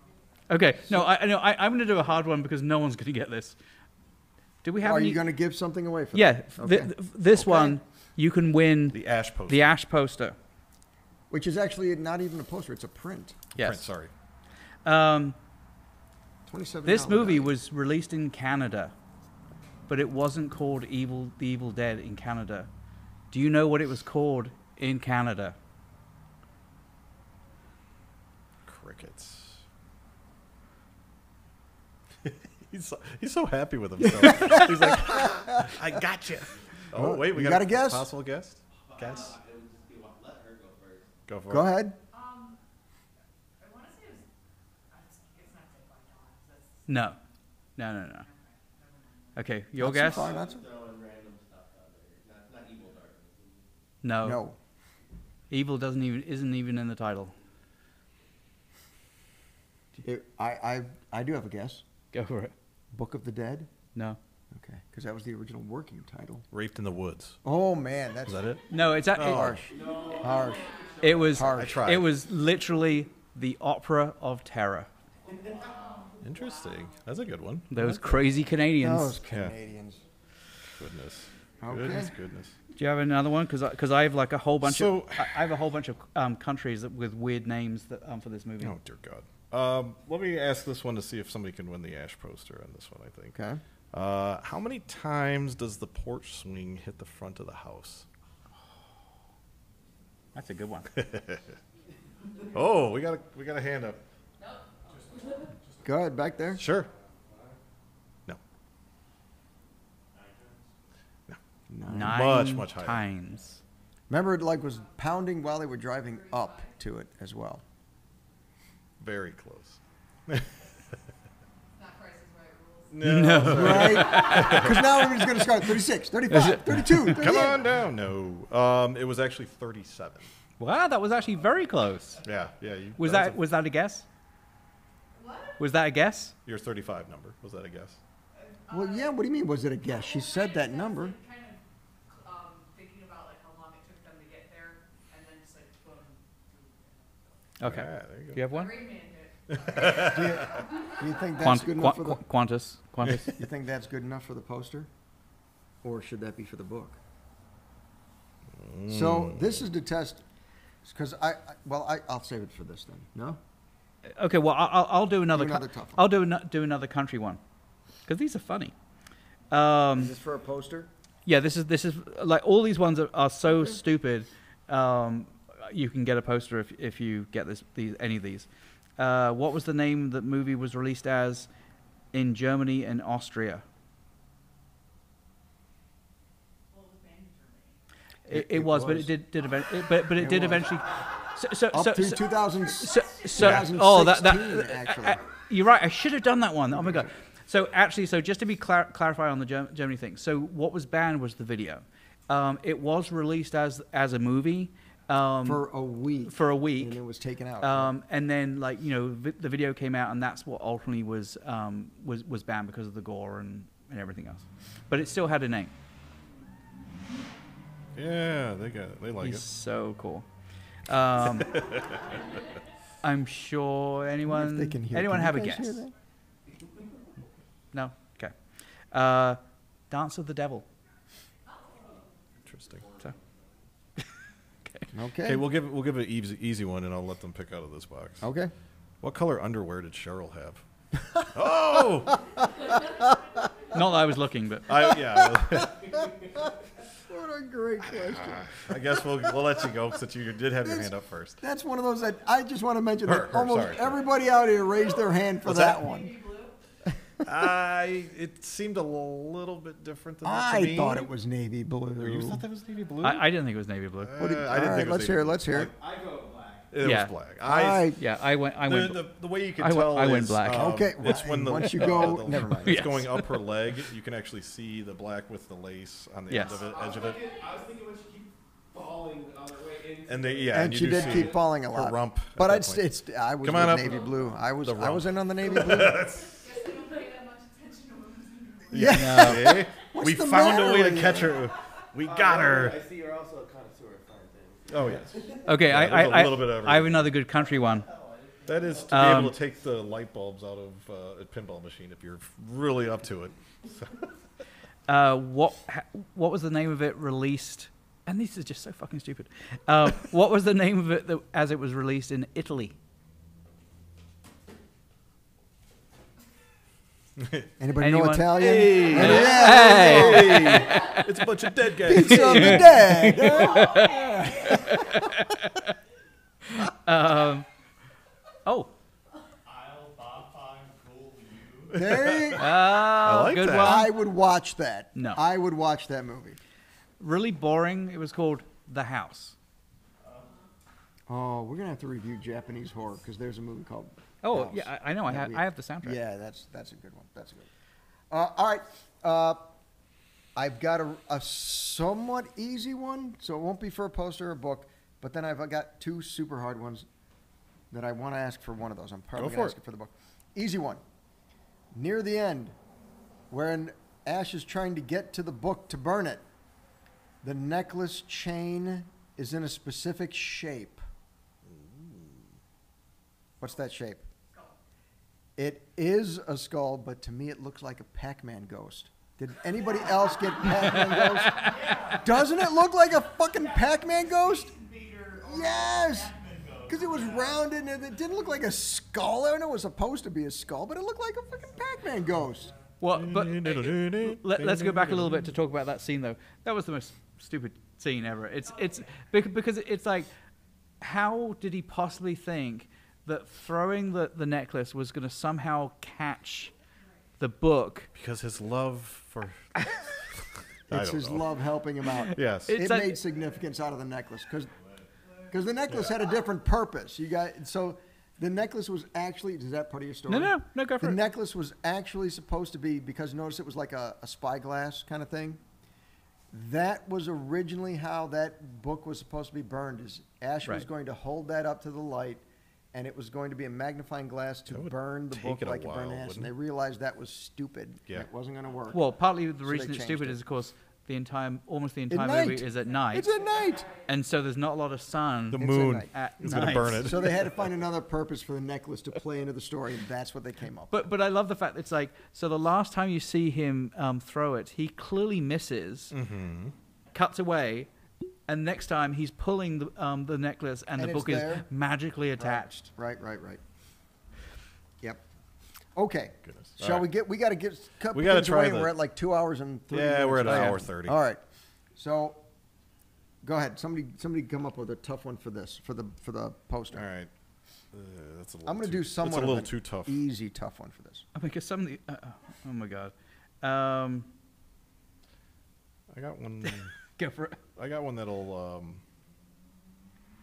C: Okay. No, I I know I, I'm going to do a hard one because no one's going to get this. Do we have?
J: Are
C: any-
J: you going to give something away for
C: Yeah.
J: that?
C: th- th- this one you can win the,
A: The ash post.
C: Ash poster.
J: Which is actually not even a poster; it's a print.
C: Yes.
A: Print, sorry.
C: Um,
J: Twenty-seven.
C: This movie was released in Canada, but it wasn't called Evil The Evil Dead in Canada. Do you know what it was called in Canada?
A: Crickets. he's, so, he's so happy with himself. he's like, I got you. Oh, wait, we
J: you
A: got,
J: got
A: a
J: a guess?
A: Possible guess? Guess?
E: It would just be, well, let her go first.
A: Go for
J: Go
A: it.
J: ahead.
H: Um, I wanna say it was, uh, it's it's not Dead by Dawn, 'cause that's
C: No. No, no, no. Okay, your
J: Not too
C: guess?
J: far, not too-
E: Throwing random stuff out there. Not, not evil darkness.
C: No.
J: no.
C: Evil doesn't even isn't even in the title.
J: It- I, I I do have a guess.
C: Go for it.
J: Book of the Dead.
C: No.
B: Okay, because that was the original working title.
A: Raped in the Woods.
J: Oh man, that's
A: Is that it?
C: No, it's Oh, actually
J: Oh, harsh. Harsh.
C: it was
J: Harsh. I
A: tried.
C: it was literally the opera of terror.
A: Interesting. That's a good one.
C: Those crazy Canadians.
J: Those
A: Yeah.
J: Canadians.
A: Goodness.
B: Okay.
A: Goodness, goodness.
C: Do you have another one? Because because I have like a whole bunch
A: So-
C: of I I have a whole bunch of um, countries that, with weird names that um, for this movie.
A: Oh dear God. Um, let me ask this one to see if somebody can win the Ash poster on this one. I think.
B: Okay.
A: Uh, how many times does the porch swing hit the front of the house?
C: That's a good one.
A: Oh, we got a we got a hand up.
B: Go ahead, back there.
A: Sure. No.
C: Nine
A: Much, much higher.
C: times.
J: Remember, it like was pounding while they were driving up to it as well.
A: Very close.
H: It's not Price is Right rules.
J: Right? Because now everybody's going to start 36, 35, 32, 38.
A: Come on down. No. Um, it was actually 37.
C: Wow, that was actually very close.
A: Yeah. Yeah. You,
C: Was that was that a guess?
H: What?
C: Was that a guess?
A: a- your 35 number? Was that a guess?
B: Well, yeah. What do you mean? Was it a guess? She said that number.
H: Kind of, um, thinking about like how long it took them to get there and then just like boom.
C: Okay.
A: Yeah, Ah, there you go.
C: Do you have one?
H: Raymond it.
B: Do you think that's
C: Quant-
B: good
C: Quan-
B: enough for the?
C: Qu- Qantas. Qantas.
B: You think that's good enough for the poster? Or should that be for the book?
J: So
C: Hmm.
J: this is to test, because I, I- well, I, I'll save it for this then.
B: No?
C: okay. Well, I'll, I'll- I'll do another.
B: Do
C: cou-
B: another tough one.
C: I'll do an- do another country one, because these are funny. Um,
B: Is this for a poster?
C: yeah, this is this is like all these ones are, are so stupid. Um, you can get a poster if if you get this these any of these. Uh, what was the name that movie was released as in Germany and Austria?
H: Well, the band for me.
C: It, it,
B: It- it
C: was, but
B: was.
C: it did did event, it, but but it,
B: It
C: did
B: was.
C: eventually. So so
B: Up
C: so,
B: to
C: so-
B: 2000.
C: so, so oh that, that
B: 2016, actually.
C: I- I- you're right i should have done that one. Oh my god so actually so just to be clar- clarify on the Germ- germany thing so what was banned was the video um, it was released as as a movie um,
B: for a week.
C: for a week
B: And it was taken out.
C: um, and then like you know vi- the video came out and that's what ultimately was um, was was banned because of the gore and, and everything else but it still had a name
A: Yeah, they got it. They like
C: he's so cool um, i'm sure anyone
B: if they can hear.
C: anyone
B: can you
C: have a
B: guys
C: guess
B: hear that?
C: No. Okay. Uh, Dance of the Devil.
A: it. Interesting.
C: So,
B: Okay.
A: Okay, we'll give we'll give an easy, easy one, and I'll let them pick out of this box.
B: okay.
A: What color underwear did Cheryl have? oh,
C: not that I was looking, but
A: I, yeah.
B: What a great question.
A: I guess we'll we'll let you go since you did have your hand up first.
B: That's one of those that I just want to mention
A: Her-
B: that
A: her,
B: almost
A: sorry, her.
B: everybody out here raised their hand for
A: What's
B: that,
A: that?
B: one.
A: I it seemed a little bit different than that to
B: I
A: me.
B: thought it was navy blue.
A: You thought that was navy blue?
C: I, I didn't think it was navy blue.
A: Uh,
B: All
A: I didn't
B: right,
A: think it was
B: let's
A: navy
B: hear. it,
A: blue.
B: Let's hear. it.
E: I go black.
A: It
C: Yeah.
A: was black.
B: All
A: I,
B: right.
C: Yeah, I went. I
A: the,
C: went.
A: the, the way you can
C: I went-
A: tell
C: I went
A: is,
C: black.
A: um,
B: Okay,
A: it's
B: well,
A: when the
B: once you
A: the-
B: go-
A: the-
B: never mind.
A: It's
C: Yes.
A: going up her leg. You can actually see the black with the lace on the
C: Yes.
A: end of it, edge of it,
E: I was thinking when she keep falling the other way in.
A: and they yeah.
B: and
A: you
B: she
A: do
B: did
A: see
B: keep falling a
A: her
B: lot.
A: rump at
B: But
A: that
B: I'd
A: point.
B: st- it's I was
A: Come
B: with
A: on up.
B: navy blue. I was I
A: rump.
B: was in on the navy blue.
H: Guess I don't pay that much attention to women's underwear.
A: Yeah. Eh? we
B: the
A: found a
B: matter
A: way
B: with
A: to
B: you?
A: catch her. We got her.
E: I see you're also a connoisseur of fine things.
A: Oh yes,
C: okay,
A: Yeah,
C: I,
A: there's a
C: I, I,
A: little bit of
C: I have another good country one.
A: that is to be
C: Um,
A: able to take the light bulbs out of uh, a pinball machine if you're really up to it.
C: Uh, what ha- What was the name of it released? And this is just so fucking stupid. Uh, what was the name of it that, as it was released in Italy?
B: Anybody know
C: Anyone?
B: Italian? And
C: Hey,
A: Hey, it's a bunch of dead guys.
B: Pizza of the dead.
C: oh,
K: I'll bop on gold you.
B: There you-
C: ah,
A: like
C: good
A: that.
C: one.
B: I would watch that.
C: No.
B: I would watch that movie.
C: Really boring. It was called The House.
B: Oh, we're gonna have to review Japanese horror because there's a movie called.
C: Oh
B: House.
C: yeah, I, I know. I
B: that
C: have
B: we-
C: I have the soundtrack.
B: Yeah, that's that's a good one. That's a good. One. Uh, all right, uh, I've got a, a somewhat easy one, so it won't be for a poster or a book. But then I've got two super hard ones that I want to ask for one of those. I'm probably
A: Go
B: going to
A: for
B: ask
A: it.
B: it for the book. Easy one. Near the end, when Ash is trying to get to the book to burn it. The necklace chain is in a specific shape. What's that shape? It is a skull, but to me it looks like a Pac-Man ghost. Did anybody else get Pac-Man ghost? Doesn't it look like a fucking Pac-Man ghost? Yes, because it was rounded and it didn't look like a skull. I know it was supposed to be a skull, but it looked like a fucking Pac-Man ghost.
C: Well, but let, us go back a little bit to talk about that scene though. That was the most stupid scene ever. It's it's bec- because it's like, how did he possibly think that throwing the the necklace was going to somehow catch the book?
A: Because his love for. I
B: It's
A: don't
B: his
A: know.
B: love helping him out.
A: Yes.
C: It's
B: it
C: like-
B: made significance out of the necklace because the necklace had a different purpose. You got so the necklace was actually is that part of your story?
C: No, no, no, go for
B: The
C: it.
B: necklace was actually supposed to be because notice it was like a, a spyglass kind of thing. That was originally how that book was supposed to be burned. Is Ash was
C: Right.
B: going to hold that up to the light, and it was going to be a magnifying glass to
A: That would
B: burn the
A: take
B: book
A: it a
B: like it burned
A: while,
B: ash. And
A: wouldn't
B: they
A: it?
B: realized that was stupid. and
A: Yeah.
B: it wasn't going to work.
C: Well, partly the
B: they
C: reason it's
B: changed
C: stupid
B: it.
C: is of course the entire almost the
B: At
C: entire
B: night.
C: movie is at night,
B: It's at night.
C: and so there's not a lot of sun.
A: The
B: at
A: moon
B: night.
A: is going to burn it.
B: So they had to find another purpose for the necklace to play into the story, and that's what they came up with.
C: But but I love the fact that it's like so the last time you see him um, throw it, he clearly misses,
A: Mm-hmm.
C: cuts away, and next time he's pulling the um, the necklace and,
B: And
C: the
B: it's
C: book is
B: there.
C: magically attached.
B: Right, right, right. Yep. Okay.
A: Goodness.
B: Shall
A: All
B: we
A: right.
B: get? We got to get. Cut
A: We gotta
B: things
A: try
B: away, and
A: the-
B: We're at like two hours and three.
A: Yeah, we're
B: minutes
A: at an
B: left.
A: hour 30.
B: All right. So, go ahead. Somebody, somebody, come up with a tough one for this for the for the poster.
A: All right. Uh, that's a little
B: I'm going to
A: too-
B: do somewhat
A: That's a
B: of E-
A: little
B: an
A: too tough.
B: easy, tough one for this.
C: Oh, because some of the uh, uh, oh my god, um,
A: I got one.
C: go for it.
A: I got one that'll. Um,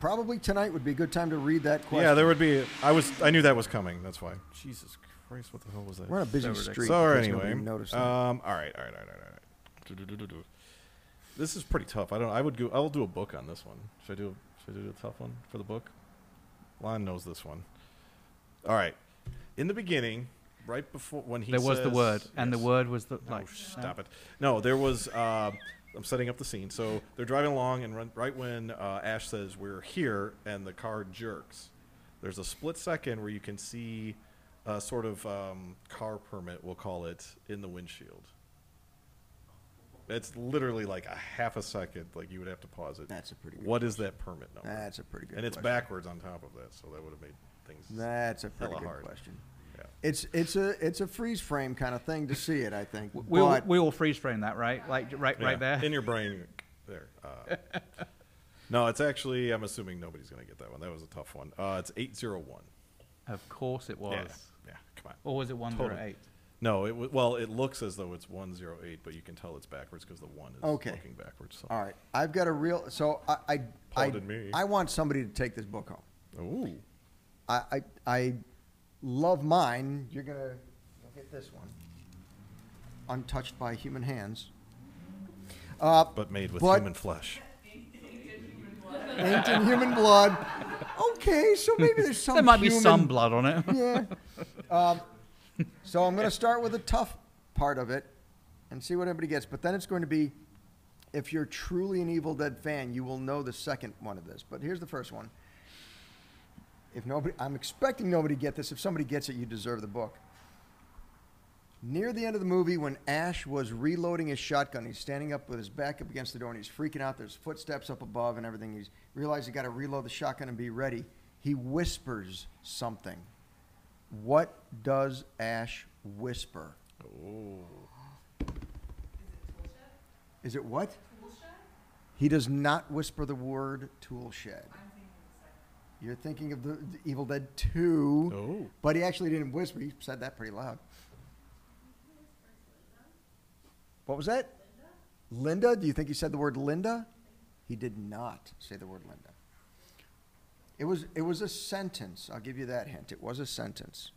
B: Probably tonight would be a good time to read that question.
A: yeah, there would be. I was. I knew that was coming. That's why. Jesus Christ! What the hell was that?
B: We're on a busy
C: So
B: street.
C: ridiculous.
A: So
B: in case
A: anyway,
B: nobody noticed that.
A: um, all right, all right, all right, all right, all right. Do-do-do-do-do. This is pretty tough. I don't. I would go. I'll do a book on this one. Should I do? Should I do a tough one for the book? Lon knows this one. All right. In the beginning, right before when he
C: there was the
A: says-
C: word, and the
A: Yes.
C: word was the
A: No,
C: like.
A: stop it. No, there was. Uh, I'm setting up the scene. So they're driving along, and run, right when uh, Ash says we're here, and the car jerks, there's a split second where you can see a sort of um, car permit, we'll call it, in the windshield. It's literally like a half a second. Like you would have to pause it.
B: That's a pretty good
A: What is that permit number?
B: That's a pretty good.
A: and it's
B: question.
A: backwards on top of that, so that would have made things.
B: That's a pretty
A: hella
B: good
A: hard.
B: question.
A: Yeah.
B: It's it's a it's a freeze frame kind of thing to see it. I think.
C: We all,
B: but
C: we all freeze frame that right, like right right
A: Yeah,
C: there.
A: in your brain. There. Uh, no, it's actually. I'm assuming nobody's gonna get that one. That was a tough one. Uh, it's eight zero one.
C: of course it was.
A: Yeah. Yeah. Come on.
C: Or was it one
A: Totally.
C: zero eight?
A: No. It w- well, it looks as though it's one zero eight, but you can tell it's backwards because the one is
B: Okay.
A: looking backwards. So.
B: all right, I've got a real. So I I I,
A: Pardon me.
B: I want somebody to take this book home.
A: Ooh.
B: I I, I love mine. You're gonna you'll get this one. Untouched by human hands. Uh,
A: But made with
B: But-
A: human flesh.
B: inked in human blood. Okay, so maybe there's some.
C: There might be
B: human
C: some blood on it.
B: yeah. Um, so I'm going to start with the tough part of it and see what everybody gets. But then it's going to be if you're truly an Evil Dead fan, you will know the second one of this. But here's the first one. If nobody, I'm expecting nobody to get this. If somebody gets it, you deserve the book. Near the end of the movie, when Ash was reloading his shotgun, he's standing up with his back up against the door and he's freaking out. There's footsteps up above and everything. He's realized he got to reload the shotgun and be ready. He whispers something. What does Ash whisper?
A: Ooh.
B: Is it what? He does not whisper the word tool shed. You're thinking of the, the Evil Dead 2,
A: Oh.
B: but he actually didn't whisper. He said that pretty loud. What was that? Linda? Do you think he said the word Linda? He did not say the word Linda. It was, it was a sentence. I'll give you that hint. It was a sentence,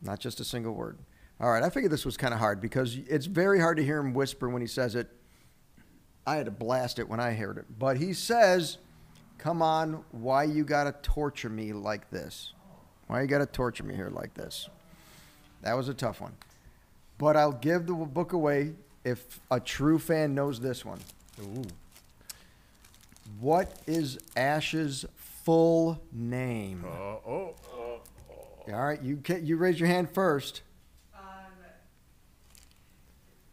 B: not just a single word. All right, I figured this was kind of hard because it's very hard to hear him whisper when he says it. I had to blast it when I heard it. But he says, Come on, why you gotta torture me like this? Why you gotta torture me here like this? That was a tough one. But I'll give the book away if a true fan knows this one.
A: Ooh.
B: What is Ash's full name?
A: Uh, oh. oh.
B: All right, you ca you raise your hand first.
D: Um,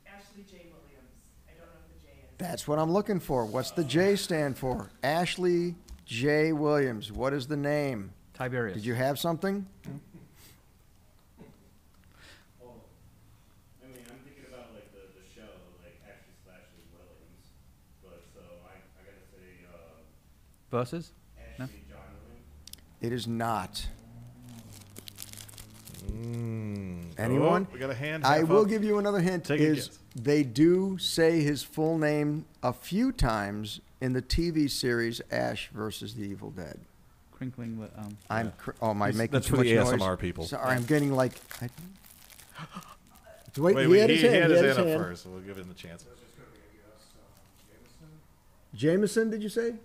D: Ashley J. Williams. I don't know who the J is.
B: That's what I'm looking for. What's the J stand for? Ashley J. Williams. What is the name?
C: Tiberius.
B: Did you have something?
E: Well, Oh, I mean, I'm thinking about like the, the show, like Ashley Slashes Williams, but so I, I gotta say, uh,
C: Versus? No.
E: Ashley John Williams.
B: It is not.
A: Mm.
B: Anyone?
A: Oh, we got a hand.
B: I
A: half
B: will
A: up.
B: give you another hint.
A: Take a
B: is
A: guess.
B: they do say his full name a few times in the TV series Ash versus the Evil Dead.
C: Crinkling the um.
B: I'm cr- oh, am I
A: He's-
B: making
A: that's
B: too
A: for
B: much
A: the
B: noise?
A: ASMR people.
B: Sorry, I'm getting like. I, wait,
A: Wait,
B: he
A: wait,
B: had
A: he,
B: his
A: he
B: hand.
A: had
B: he
A: his
B: had his
A: hand up
B: hand.
A: first. so We'll give him the chance.
B: Jameson, did you say?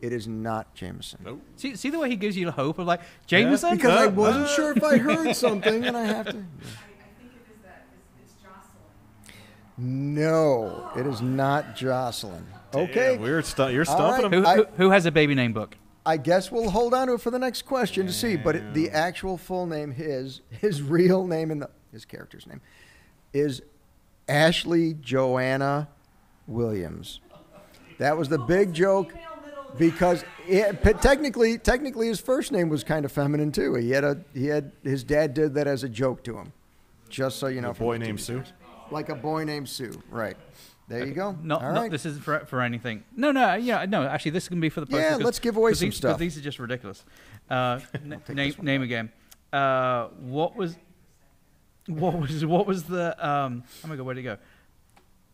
B: It is not Jameson.
A: Nope.
C: See, see the way he gives you hope of like Jameson.
B: Because I
A: Uh,
B: wasn't
A: uh.
B: sure if I heard something, and I have to.
D: I, I think it is that. It's, it's Jocelyn.
B: No, it is not Jocelyn.
A: Damn,
B: Okay,
A: we're stu- you're stumping
B: right.
A: him.
C: Who,
B: I-
C: who, who has a baby name book?
B: I guess we'll hold on to it for the next question to see. But it, the actual full name, his his real name and the his character's name, is Ashley Joanna Williams. That was the big joke
D: Female middle name.
B: because it, but technically, technically, his first name was kind of feminine too. He had a he had his dad did that as a joke to him, just so you know.
A: A
B: from
A: boy
B: the
A: named
B: TV.
A: Sue.
B: like a boy named Sue. Right. There you go.
C: Not,
B: All
C: not
B: right.
C: this isn't for, for anything. No, no, uh, yeah, no. Actually, this can be for the poster.
B: Yeah,
C: 'cause-
B: let's give away
C: 'cause
B: some
C: these, 'cause
B: stuff.
C: These are just ridiculous. Uh, n- name name again. Uh, what was, what was what was the um? Oh my god, where'd it go?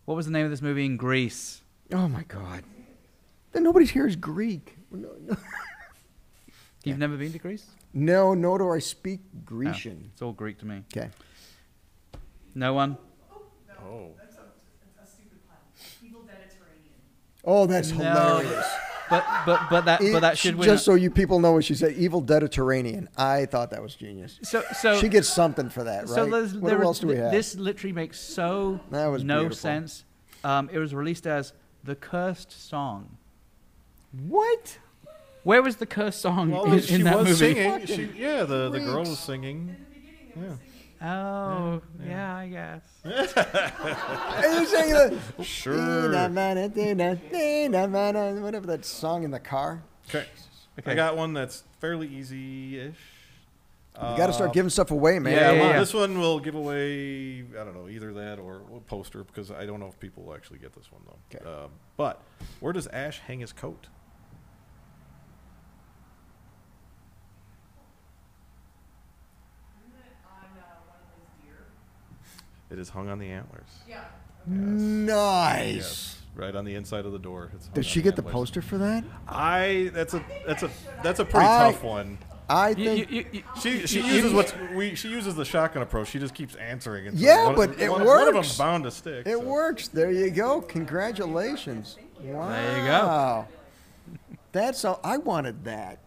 C: What was the name of this movie in Greece?
B: oh my God. Then nobody here is Greek. No, no.
C: You've never been to Greece?
B: no, nor do I speak
C: No,
B: Grecian.
C: it's all Greek to me.
B: Okay.
C: No one.
A: Oh.
D: That's a, that's a stupid pun. Evil Mediterranean.
B: Oh, that's
C: No.
B: hilarious.
C: But but but that
B: It-
C: but that should win.
B: just so you people know what she said, evil Mediterranean. I thought that was genius.
C: so so
B: she gets something for that, right?
C: So there's,
B: what
C: there-
B: else do we have?
C: This literally makes so
B: That was
C: no
B: beautiful.
C: sense. Um, it was released as the cursed song.
B: what?
C: Where was the cursed song
A: Well,
C: in, in
A: she
C: that
A: was
C: movie?
A: singing. She, yeah, the, the girl
B: freaks.
A: was singing. Yeah.
C: Oh, yeah, I guess.
B: Are you saying the
A: Sure.
B: whatever that song in the car?
A: Okay. I got one that's fairly easy-ish.
B: We got to
A: Uh,
B: start giving stuff away, man.
A: Yeah,
C: Yeah, yeah,
A: well,
C: yeah.
A: this one will give away. I don't know either that or a poster because I don't know if people will actually get this one though.
B: 'Kay.
A: Um, but where does Ash hang his coat?
D: Isn't it on uh, one of those deer?
A: It is hung on the antlers.
D: Yeah.
A: Yes.
B: Nice.
A: Yes. Right on the inside of the door. It's hung
B: Did
A: on
B: she get the
A: antlers.
B: poster for that?
A: I. That's a. That's a. That's a pretty
B: I-
A: tough one.
B: I
C: You,
B: think.
C: you- you-
A: She she uses what's we she uses the shotgun approach. She just keeps answering. And so
B: Yeah,
A: one-
B: but it
A: one, One of
B: works.
A: them's bound to stick.
B: it
A: so.
B: works. There you go. Congratulations. Wow.
C: There you go.
B: That's all. I wanted that.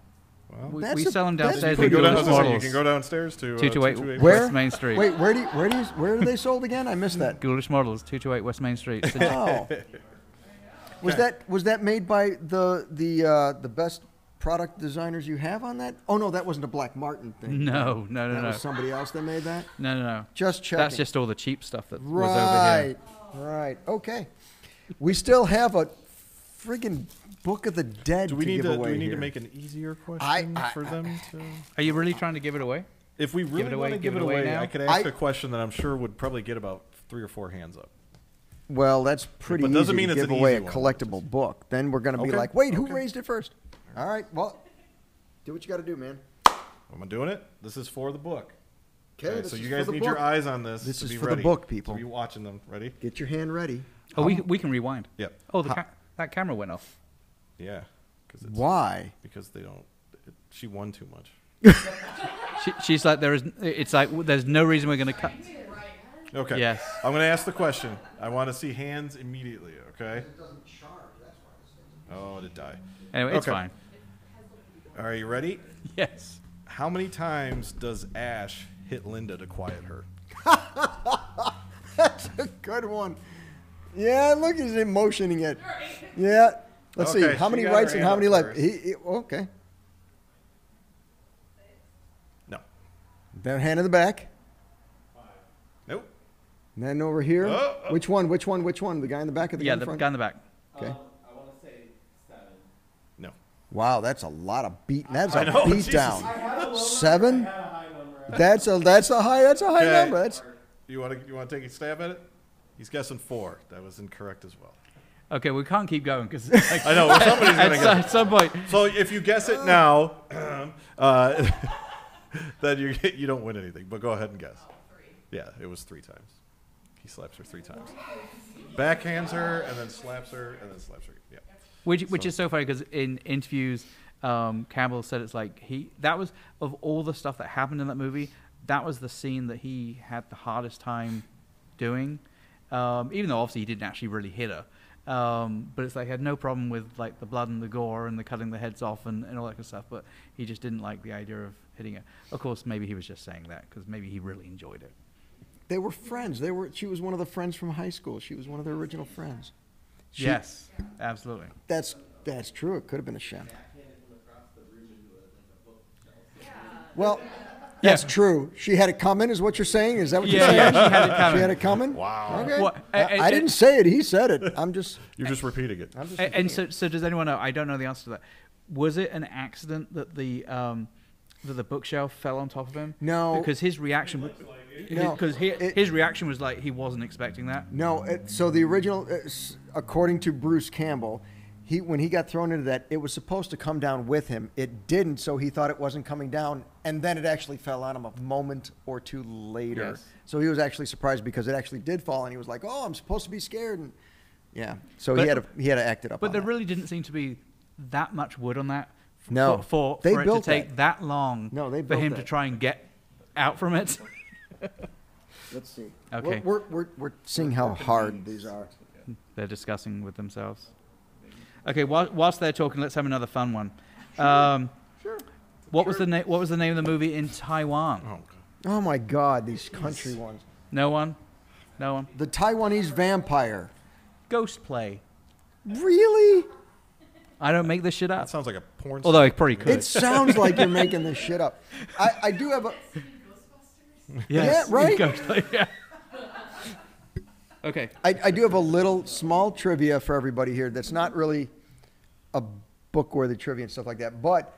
C: we,
B: That's
C: we
B: a-
C: sell them
B: that's
C: downstairs.
A: You
C: We
A: can,
C: do
A: go down,
C: them
A: I
C: as
A: was gonna say, you
C: models.
A: can go downstairs to uh,
C: 228
A: 228
B: Where?
C: West Main Street.
B: Wait, where do you, where do you, where are they sold again? I missed that.
C: Ghoulish models, two two eight West Main Street. So just-
B: Oh. Was that was that made by the the uh, the best product designers you have on that? Oh no, that wasn't a Black Martin thing.
C: no, no, no,
B: that
C: no,
B: was somebody else that made that.
C: no, no, no.
B: Just checking.
C: That's just all the cheap stuff that was over
B: Right.
C: here.
B: Right. Okay. We still have a friggin' Book of the Dead
A: Do we
B: to
A: need
B: give
A: to? Do
B: away
A: we need
B: here.
A: to make an easier question
B: I-
A: for them? To,
C: Are you really trying to give it away?
A: if we really
C: it away,
A: want to
C: give
A: give it
C: it away
A: away,
C: now?
A: I could ask
B: I-
A: a question that I'm sure would probably get about three or four hands up.
B: Well, that's pretty
A: But
B: easy
A: doesn't mean
B: to
A: it's
B: give
A: an
B: away a
A: easy one.
B: collectible book. Then we're gonna be
A: Okay.
B: like, wait, who
A: Okay.
B: raised it first? All right. Well, do what you got to do, man.
A: Am I doing it? This is for the book.
B: Okay.
A: so you guys need your eyes on this.
B: This
A: to
B: is
A: be
B: for the
A: ready.
B: book, people.
A: So be watching them. Ready?
B: Get your hand ready.
C: Oh,
B: Um,
C: we we can rewind.
A: Yep.
C: Oh, the ca- that camera went off.
A: Yeah. Because it's
B: Why?
A: because they don't. It, she won too much.
C: She, she's like, there is. It's like there's no reason we're going to cut.
A: Okay.
C: Yes.
A: I'm going to ask the question. I want to see hands immediately. Okay. Oh, it did die.
C: Anyway, it's
A: Okay.
C: fine.
A: Are you ready?
C: Yes.
A: How many times does Ash hit Linda to quiet her?
B: That's a good one. Yeah, look, he's emotioning it. Yeah. Let's see.
A: Okay,
B: How
A: she
B: many
A: got her
B: rights and
A: hand
B: how
A: up
B: many left?
A: first.
B: He, he- okay.
A: No.
B: Then hand in the back.
A: Nope.
B: And then over here.
A: Oh, oh.
B: Which one? Which one? Which one? The guy in the back of the
C: yeah,
B: guy in
C: the
B: front?
C: guy in the back.
B: Okay.
E: Um, I want to say seven.
A: No.
B: Wow, that's a lot of beat. That's
A: I
B: a
A: know,
B: beat
A: Jesus.
E: I
B: down.
E: had a low number,
B: Seven?
E: I had a high number.
B: That's a that's a high that's a high
A: Okay.
B: number. That's
A: You want to you want to take a stab at it? He's guessing four. That was incorrect as well.
C: Okay, we can't keep going because like,
A: I know well, somebody's
C: at,
A: gonna
C: so-
A: guess.
C: at some point.
A: So if you guess it now, uh, then you you don't win anything. But go ahead and guess. Yeah, it was three times. He slaps her three times. Backhands her and then slaps her and then slaps her. Yeah.
C: Which, which is so funny because in interviews, um, Campbell said it's like he that was of all the stuff that happened in that movie, that was the scene that he had the hardest time doing. Um, even though obviously he didn't actually really hit her, um, but it's like he had no problem with like the blood and the gore and the cutting the heads off and, and all that kind of stuff. But he just didn't like the idea of hitting her. Of course, maybe he was just saying that because maybe he really enjoyed it.
B: they were friends. They were she was one of the friends from high school. She was one of their original friends. She-
C: yes, absolutely.
B: That's that's true. It could have been a sham. Well, that's
C: Yeah.
B: true. She had it coming, is what you're saying? Is that what you're
C: Yeah,
B: saying?
C: yeah, she had it
B: She
C: coming.
B: had it coming?
A: Wow.
B: Okay.
C: Well,
B: I,
C: and-
B: I didn't say it. He said it. I'm just.
A: You're just repeating it.
B: I'm just
C: A- And so, so does anyone know? I don't know the answer to that. Was it an accident that the um, that the bookshelf fell on top of him?
B: No.
C: because his reaction,
B: No,
C: because
B: it-
C: his reaction was like he wasn't expecting that.
B: No, it, so the original, uh, s- according to Bruce Campbell, he when he got thrown into that, it was supposed to come down with him. It didn't, so he thought it wasn't coming down, and then it actually fell on him a moment or two later.
C: Yes.
B: So he was actually surprised because it actually did fall, and he was like, "Oh, I'm supposed to be scared." And yeah, so
C: But-
B: he had to, he had to act it up.
C: But
B: on
C: there
B: that.
C: really didn't seem to be that much wood on that. f-
B: No.
C: for for,
B: They
C: for it to
B: built
C: take
B: that.
C: that, long.
B: No, they
C: for
B: built
C: him to
B: that.
C: try and get out from it.
L: Let's see.
C: Okay,
B: we're, we're, we're, we're seeing how hard these are.
C: they're discussing with themselves. Okay, whilst, whilst they're talking, let's have another fun one. Um,
B: Sure.
C: What was the name? What was the name of the movie in Taiwan?
A: Oh,
B: Oh my God, these country ones.
C: No one? No one?
B: The Taiwanese vampire.
C: Ghost play.
B: Really?
C: I don't make this shit
A: that
C: up.
A: sounds like a porn.
C: Although
A: star.
C: I probably could.
B: It sounds like you're making this shit up. I, I do have a.
C: Yes.
B: yeah, right?
C: Ghost play, yeah. Okay.
B: I, I do have a little small trivia for everybody here that's not really a book worthy trivia and stuff like that, but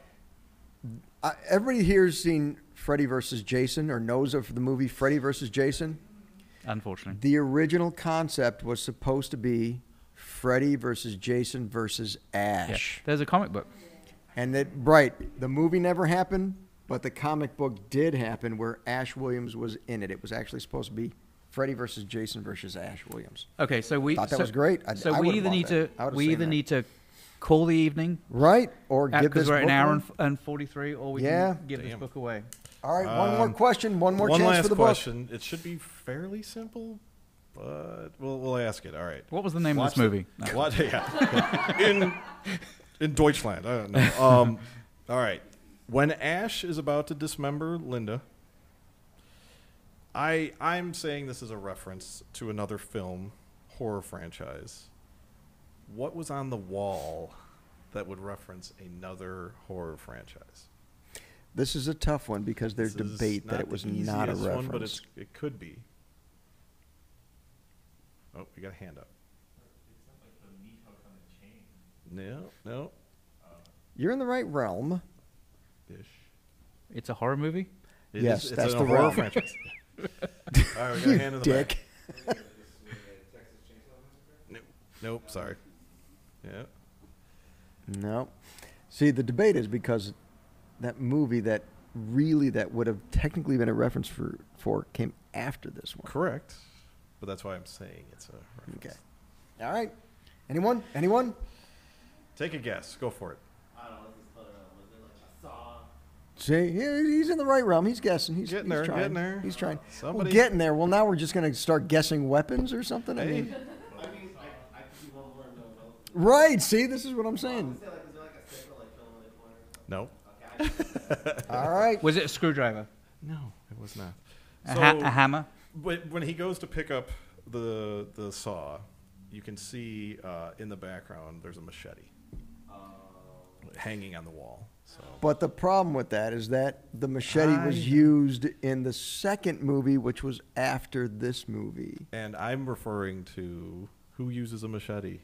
B: I, everybody here's seen Freddy versus Jason or knows of the movie Freddy versus Jason.
C: Unfortunately.
B: The original concept was supposed to be Freddy versus Jason versus
C: Yeah.
B: Ash.
C: There's a comic book.
B: And that, right, the movie never happened, but the comic book did happen where Ash Williams was in it. It was actually supposed to be Freddy versus Jason versus Ash Williams.
C: Okay, so we
B: Thought that
C: so-
B: was great. I-
C: so
B: I
C: we
B: would've
C: either
B: bought
C: need
B: that. I
C: to
B: would've
C: we
B: seen
C: either
B: that.
C: need to call the evening
B: Right? Or give
C: because
B: this
C: we're at an
B: book
C: hour
B: away?
C: and, f- and 43 or we
B: Yeah.
C: can give this book away.
B: All right, one more
A: Um,
B: question, one more
A: One
B: chance
A: last
B: for the
A: question. It should be fairly simple, but we'll we'll ask it. All right.
C: What was the name of
A: Watch
C: this movie?
A: the-
C: No.
A: Watch- yeah. in in Deutschland. I don't know. Um, all right. When Ash is about to dismember Linda, I I'm saying this is a reference to another film horror franchise. What was on the wall that would reference another horror franchise?
B: book. This is a tough one because there's
A: This is
B: debate that
A: not
B: it was
A: the
B: not a
A: easiest
B: reference.
A: One, but it's, it could be. Oh, we got a hand up. No, no,
B: You're in the right realm.
A: ish.
C: It's a horror movie?
A: It is-
B: Yes,
A: it's
B: that's
A: in
B: the
A: a horror
B: realm.
A: franchise. All right, we got a hand in the
B: Dick.
A: back. Nope, nope, sorry. Yeah,
B: No. See, the debate is because that movie that really that would have technically been a reference for for came after this one.
A: correct. But that's why I'm saying it's a reference.
B: Okay. All right. Anyone? Anyone?
A: Take a guess. Go for it.
E: I don't know what this color was. It like a saw.
B: See, he- he's in the right realm. He's guessing. He's
A: Getting
B: he's
A: there,
B: Trying.
A: getting there.
B: He's trying.
A: Somebody-
B: We're getting there. Well, now we're just gonna start guessing weapons or something. I mean,
E: I mean, I, I could do one more and no, no.
B: right? See, this is what I'm
E: I
B: saying.
E: would say like, is there like a circle like filling in the corner? or something?
A: No.
E: Okay, I
B: All right.
C: Was it a screwdriver?
A: No, it was not.
C: A, ha- a hammer?
A: But when he goes to pick up the the saw, you can see uh, in the background there's a machete
C: Oh.
A: hanging on the wall. So
B: But the problem with that is that the machete
A: I-
B: was used in the second movie, which was after this movie.
A: and I'm referring to who uses a machete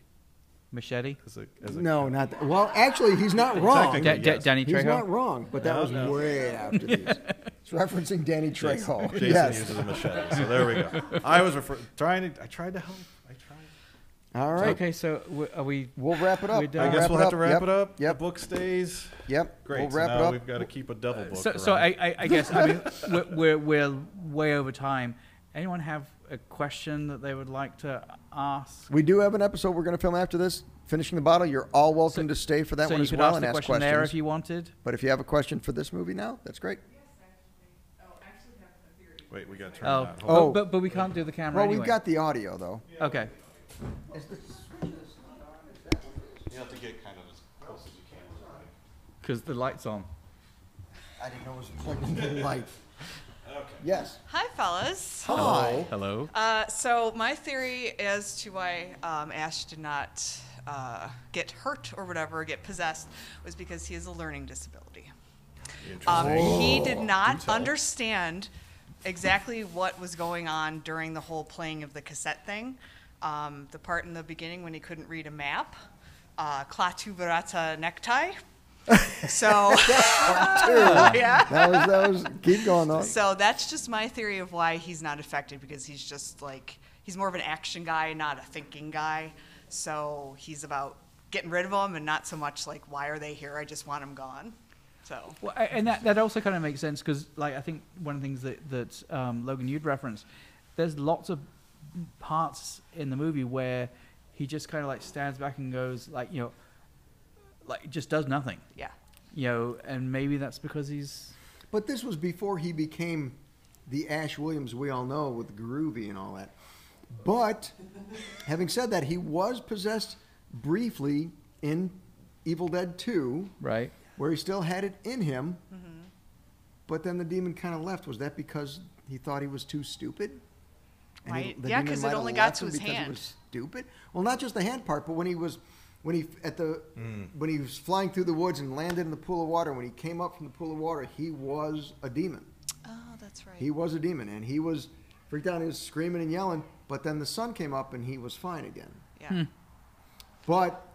C: Machete.
A: as a as a
B: No, not that. Well, actually, he's not wrong.
A: Technically,
C: Da- da-
A: yes.
C: Danny
B: He's not
C: Trejo.
B: wrong, but that
A: No,
B: was
A: no.
B: way after these.
J: It's referencing Danny
A: Jason,
J: Trejo.
A: Jason
B: Yes.
A: uses a machete. So there we go. I was refer- trying to I tried to help. I tried.
B: All right.
C: Okay, so w- are we?
J: We'll wrap it up.
C: We done?
A: I
C: Uh,
A: guess
J: Wrap
A: we'll
J: it
A: have
J: up.
A: to wrap
J: Yep.
A: it up.
J: Yep.
A: The book stays.
J: Yep.
A: Great.
J: We'll
A: so
J: wrap
A: now
J: it up.
A: We've got to keep a double book.
C: Uh, So, so
A: around.
C: I, I, I guess I mean we're, we're we're way over time. Anyone have a question that they would like to ask?
J: We do have an episode we're going to film after this. Finishing the bottle. You're all welcome
C: So-
J: to stay for that
C: so
J: one
C: you
J: as
C: could
J: well
C: ask
J: and
C: the
J: ask
C: question
J: questions.
C: there if you wanted.
J: but if you have a question for this movie now, that's great.
H: Yes, actually. Oh, I actually have a theory.
A: Wait, we got to turn
C: Oh,
A: it on. Hold on.
C: but, but but we can't do the camera
J: Well,
C: anyway.
J: we've got the audio though.
C: okay.
E: You have to get kind of as close as you can.
C: Because the light's on.
J: I didn't know it was plugged into the light.
E: Okay.
J: Yes.
D: Hi, fellas.
J: Oh. Hi.
C: Hello.
D: Uh, so my theory as to why um, Ash did not uh, get hurt or whatever, get possessed, was because he has a learning disability. Um,
A: Interesting.
D: he did not
A: tell.
D: understand exactly what was going on during the whole playing of the cassette thing. Um, the part in the beginning when he couldn't read a map, uh, Klaatu Barata necktie. So, yeah.
B: That was, that was, keep going though.
D: So that's just my theory of why he's not affected because he's just like he's more of an action guy, not a thinking guy. So he's about getting rid of them and not so much like why are they here? I just want them gone. So
C: Well, a- and that, that also kind of makes sense because, like, I think one of the things that that um, Logan you'd referenced, there's lots of parts in the movie where he just kind of like stands back and goes, like, you know, like just does nothing,
D: yeah,
C: you know, and maybe that's because he's
B: But this was before he became the Ash Williams we all know with Groovy and all that. But having said that, he was possessed briefly in Evil Dead 2,
C: right.
B: where he still had it in him.
D: Mm-hmm.
B: But then the demon kind of left. Was that because he thought he was too stupid? he-
D: Might-
B: the
D: yeah,
B: demon
D: 'cause it
B: might have
D: only got
B: left
D: to
B: him
D: his
B: because he
D: hand.
B: was stupid. Well, not just the hand part, but when he was when he at the when he was flying through the woods and landed in the pool of water. When he came up from the pool of water, he was a demon.
D: oh that's right.
B: He was a demon, and he was freaked out. He was screaming and yelling. But then the sun came up, and he was fine again.
D: yeah,
B: But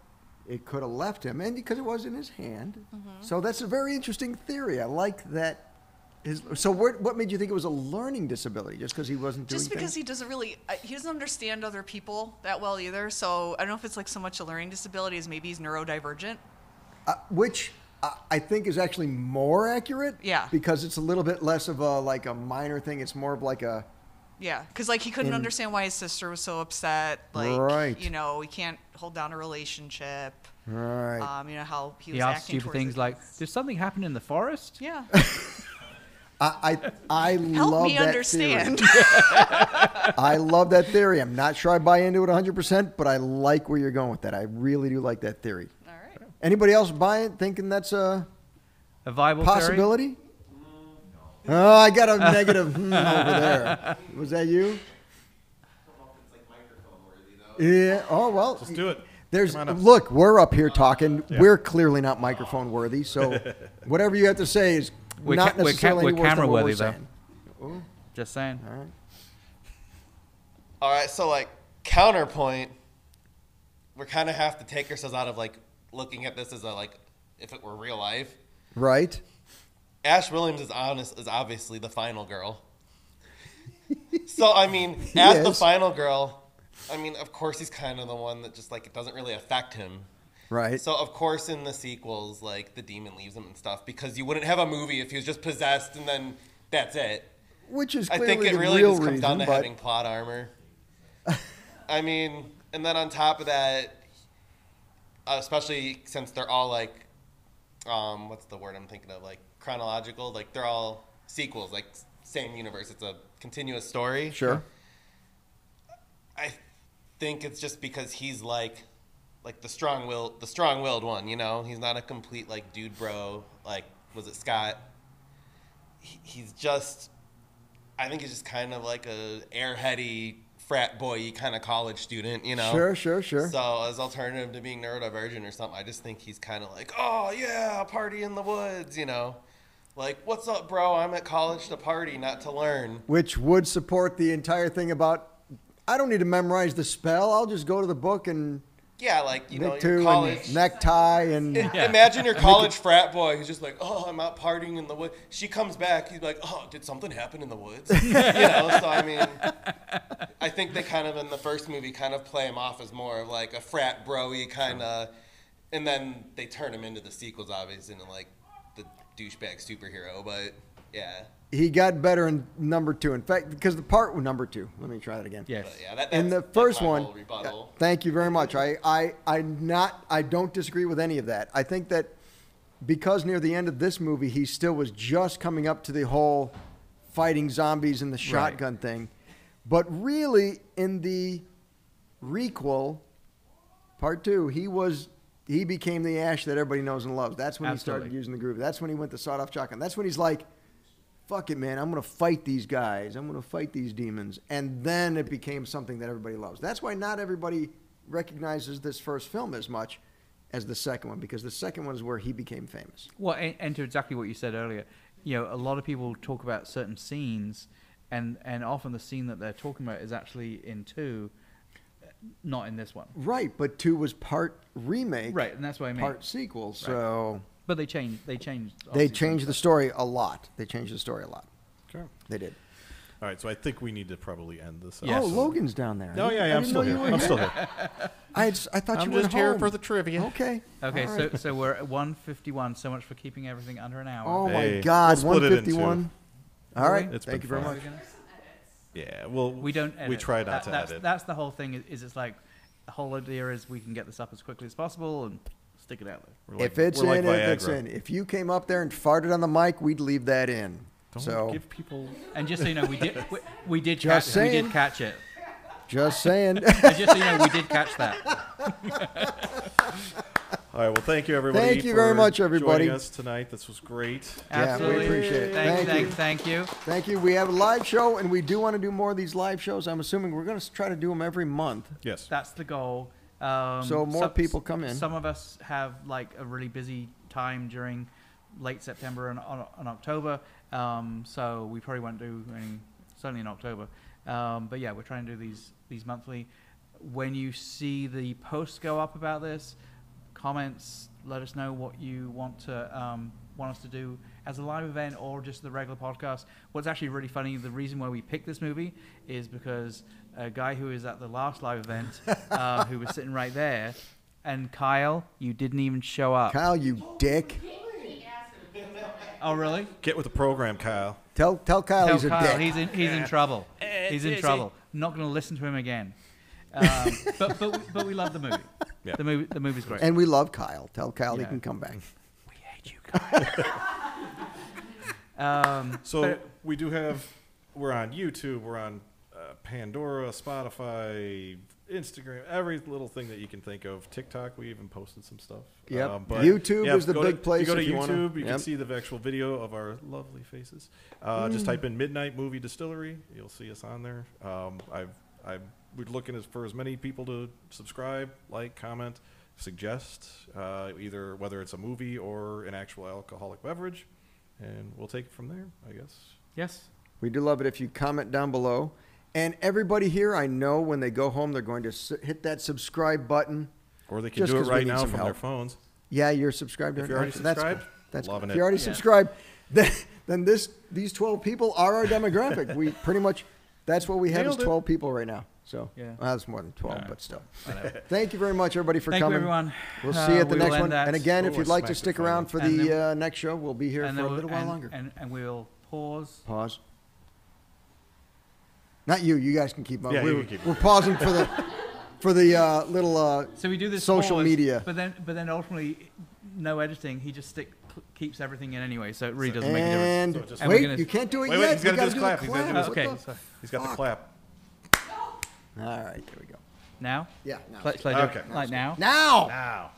B: it could have left him, and because it was in his hand.
D: Mm-hmm.
B: So that's a very interesting theory. I like that. His, so what, what made you think it was a learning disability? Just because he wasn't doing
D: just because
B: things?
D: he doesn't really uh, he doesn't understand other people that well either. So I don't know if it's like so much a learning disability as maybe he's neurodivergent.
B: uh, which I, I think is actually more accurate.
D: Yeah.
B: Because it's a little bit less of a like a minor thing. It's more of like a
D: Yeah, because like he couldn't
B: In-
D: understand why his sister was so upset. Like
B: Right.
D: you know he can't hold down a relationship.
B: right.
D: Um, you know how he was
C: He asks
D: acting
C: stupid
D: towards
C: things
D: the
C: like,
D: kids.
C: "Did something happen in the forest?"
D: Yeah.
B: I I, I
D: Help
B: love
D: me
B: that
D: understand.
B: Theory. I love that theory. I'm not sure I buy into it 100, percent but I like where you're going with that. I really do like that theory.
D: All right.
B: Anybody else buy it? Thinking that's a
C: A viable theory?
B: possibility? Oh, I got a negative hmm over there. Was that you?
E: Come up, it's like microphone worthy though.
B: Yeah. Oh well.
A: Let's do it.
B: There's
A: Come on up.
B: look, we're up here talking. We're clearly not microphone worthy, so whatever you have to say is
C: We're
B: not
C: ca- we're ca-
B: necessarily
C: we're
B: any worse than what
C: camera-worthy,
B: we're
C: though.
B: saying.
C: Just saying.
B: All right.
E: All right, so like counterpoint, we kind of have to take ourselves out of like looking at this as a like if it were real life.
B: Right.
E: Ash Williams is honest is obviously the final girl. so I mean, as the
B: Yes.
E: final girl, I mean, of course he's kind of the one that just like it doesn't really affect him.
B: Right.
E: So of course in the sequels, like the demon leaves him and stuff because you wouldn't have a movie if he was just possessed and then that's it.
B: Which is
E: I
B: clearly
E: think it
B: the
E: really
B: real
E: just comes
B: reason,
E: down to
B: but
E: having plot armor. I mean, and then on top of that, especially since they're all like, um, what's the word I'm thinking of? Like chronological. Like they're all sequels, like same universe. It's a continuous story.
B: sure.
E: I think it's just because he's like, like the strong will, the strong willed one. You know, he's not a complete like dude bro. Like was it Scott? He, he's just I think he's just kind of like a airheady frat boy kind of college student, you know.
J: Sure, sure, sure.
E: So as alternative to being neurodivergent or something, I just think he's kind of like, oh yeah, party in the woods, you know. Like, what's up, bro? I'm at college to party, not to learn.
B: Which would support the entire thing about I don't need to memorize the spell. I'll just go to the book and
E: Yeah, like you know,
B: knit
E: your
B: two
E: college.
B: and necktie and
E: I- Imagine your college frat boy who's just like, oh, I'm out partying in the woods. She comes back, he's like, oh, did something happen in the woods? you know, so I mean, I think they kind of in the first movie kind of play him off as more of like a frat broy kind of, and then they turn him into the sequels, obviously, into like the douchebag superhero. But yeah,
B: he got better in number two. In fact, because the part number two. Let me try that again.
C: Yes.
E: but yeah, that, that's,
B: And the
E: that's
B: first
E: my
B: one. uh,
E: whole rebuttal.
B: Thank you very much. I, I, I not I don't disagree with any of that. I think that because near the end of this movie he still was just coming up to the whole fighting zombies and the shotgun thing. But really in the requel part two, he was he became the ash that everybody knows and loves. That's when he started
C: Absolutely.
B: using the groove. That's when he went to sawed off shotgun. That's when he's like fuck it, man. I'm going to fight these guys. I'm going to fight these demons. And then it became something that everybody loves. That's why not everybody recognizes this first film as much as the second one, because the second one is where he became famous.
C: Well, and, and to exactly what you said earlier, you know, a lot of people talk about certain scenes, and and often the scene that they're talking about is actually in two, uh, not in this one.
B: Right, but two was part remake,
C: Right, and that's what I mean.
B: part sequel. So
C: But they changed. They changed.
B: they
C: obviously, some
B: changed the
C: stuff.
B: story a lot. They changed the story a lot.
A: Sure.
B: They did.
A: All right, so I think we need to probably end this.
C: Yes.
B: Oh,
A: episode.
B: Logan's down there.
A: No,
B: I
A: yeah,
B: didn't-
A: yeah
B: I
A: I'm
B: didn't
A: still
B: know
A: here.
B: you were
A: I'm still here.
B: I, just- I thought
A: I'm
B: you were
A: just here for
B: home.
A: the trivia.
B: Okay.
C: Okay,
B: All
C: so
B: right.
C: so we're at one fifty one. So much for keeping everything under an hour.
B: Oh
A: Hey,
B: my God,
A: we'll split it in two.
B: 151. All right.
A: It's been
B: Thank you very
A: fun.
B: much.
A: Yeah, well,
C: We don't. Edit.
A: We try not
C: That-
A: to
C: that's,
A: edit.
C: That's the whole thing. Is, is it's like the whole idea is we can get this up as quickly as possible and stick it out there.
A: We're
B: If
A: like-
B: it's
A: we're like
B: in, it, it's
A: Viagra.
B: in. If you came up there and farted on the mic, we'd leave that in.
A: Don't
B: so
A: give people.
C: And just so you know, we did we, we did
B: Just
C: catch we did
B: saying.
C: catch it.
B: just saying.
C: And just so you know, we did catch that.
A: All right. Well, thank you everybody.
B: Thank you very
A: for
B: much, everybody.
A: Joining us tonight. This was great.
B: Yeah, we
C: Absolutely.
B: appreciate it.
C: Thank,
B: Thank
C: thank, thank you.
B: Thank you. We have a live show, and we do want to do more of these live shows. I'm assuming we're going to try to do them every month.
A: Yes.
C: That's the goal. Um,
B: So more
C: some-
B: people come in.
C: Some of us have like a really busy time during late September and on, on October. Um, so we probably won't do any, certainly in October. Um, but yeah, we're trying to do these these monthly. When you see the posts go up about this, comments, let us know what you want to um, want us to do as a live event or just the regular podcast. What's actually really funny, the reason why we picked this movie is because a guy who was at the last live event, uh, who was sitting right there, and Kyle, you didn't even show up.
B: Kyle, you dick.
C: Oh, really?
A: Get with the program, Kyle.
B: Tell tell Kyle
C: Tell
B: he's a
C: Kyle
B: dick.
C: he's in he's in trouble. He's in trouble. Not going to listen to him again. Um, but but but we love the movie.
A: Yeah.
C: The movie the movie's great.
B: and we love Kyle. Tell Kyle
C: Yeah.
B: he can come back.
C: we hate you, Kyle. um,
A: So
C: But-
A: we do have. We're on YouTube. We're on uh, Pandora, Spotify, Instagram, every little thing that you can think of. TikTok. We even posted some stuff.
B: Yep.
A: Um,
B: YouTube is the
A: go
B: big
A: to,
B: place
A: You go to
B: if you
A: YouTube.
B: wanna-
A: you can
B: yep.
A: see the actual video of our lovely faces. Uh,
B: Mm.
A: Just type in Midnight Movie Distillery. You'll see us on there. Um, I've I'm we're looking as for as many people to subscribe, like, comment, suggest uh, either whether it's a movie or an actual alcoholic beverage, and we'll take it from there. I guess.
C: yes.
B: We do love it if you comment down below. And everybody here, I know when they go home, they're going to s- hit that subscribe button.
A: Or they can
B: Just
A: do it
B: 'cause we
A: right
B: need
A: now
B: some
A: from their
B: help.
A: phones.
B: Yeah, you're subscribed.
A: If you're already
B: That's
A: subscribed,
B: cool. that's
A: loving
B: cool.
A: it.
B: If you're already
C: Yeah.
B: subscribed, then, then this these twelve people are our demographic. we pretty much that's what we have
A: Nailed
B: is
A: it.
B: twelve people right now. So
C: Yeah.
B: well, that's more than twelve, but still. Thank you very much, everybody, for
C: Thank you,
B: coming.
C: everyone.
B: We'll
C: Uh,
B: see you at the
C: we will
B: next
C: end
B: one.
C: that.
B: And again,
A: Oh,
B: if you'd
A: I
B: like to
A: smacked
B: stick
A: it, finally.
B: around for
C: And
B: the
C: then-
B: uh, next show, we'll be here
C: and
B: for
C: then
B: a
C: we'll-
B: little while
C: and-
B: longer.
C: And, and we'll pause.
B: Pause. Not you. You guys can keep on.
A: Yeah, you
B: we're,
A: can keep
B: we're pausing for the for the uh, little uh,
C: So we do this
B: social
C: pause,
B: media.
C: but then but then ultimately, no editing. He just stick keeps everything in anyway, so it really doesn't make a difference.
B: and
A: So just-
C: And we're
B: wait,
C: gonna-
B: you can't do it
A: Wait, wait,
B: yet.
A: he's gotta
B: you
A: do
B: gotta
A: his
B: do
A: clap.
B: the
A: He's gotta do his
B: What
C: okay,
B: the-
C: so
A: He's got the
B: Fuck.
A: clap.
B: All right, there we go.
C: now
B: Yeah, now.
C: Play- play- do it
A: Okay.
C: like now.
B: Now.
A: Now.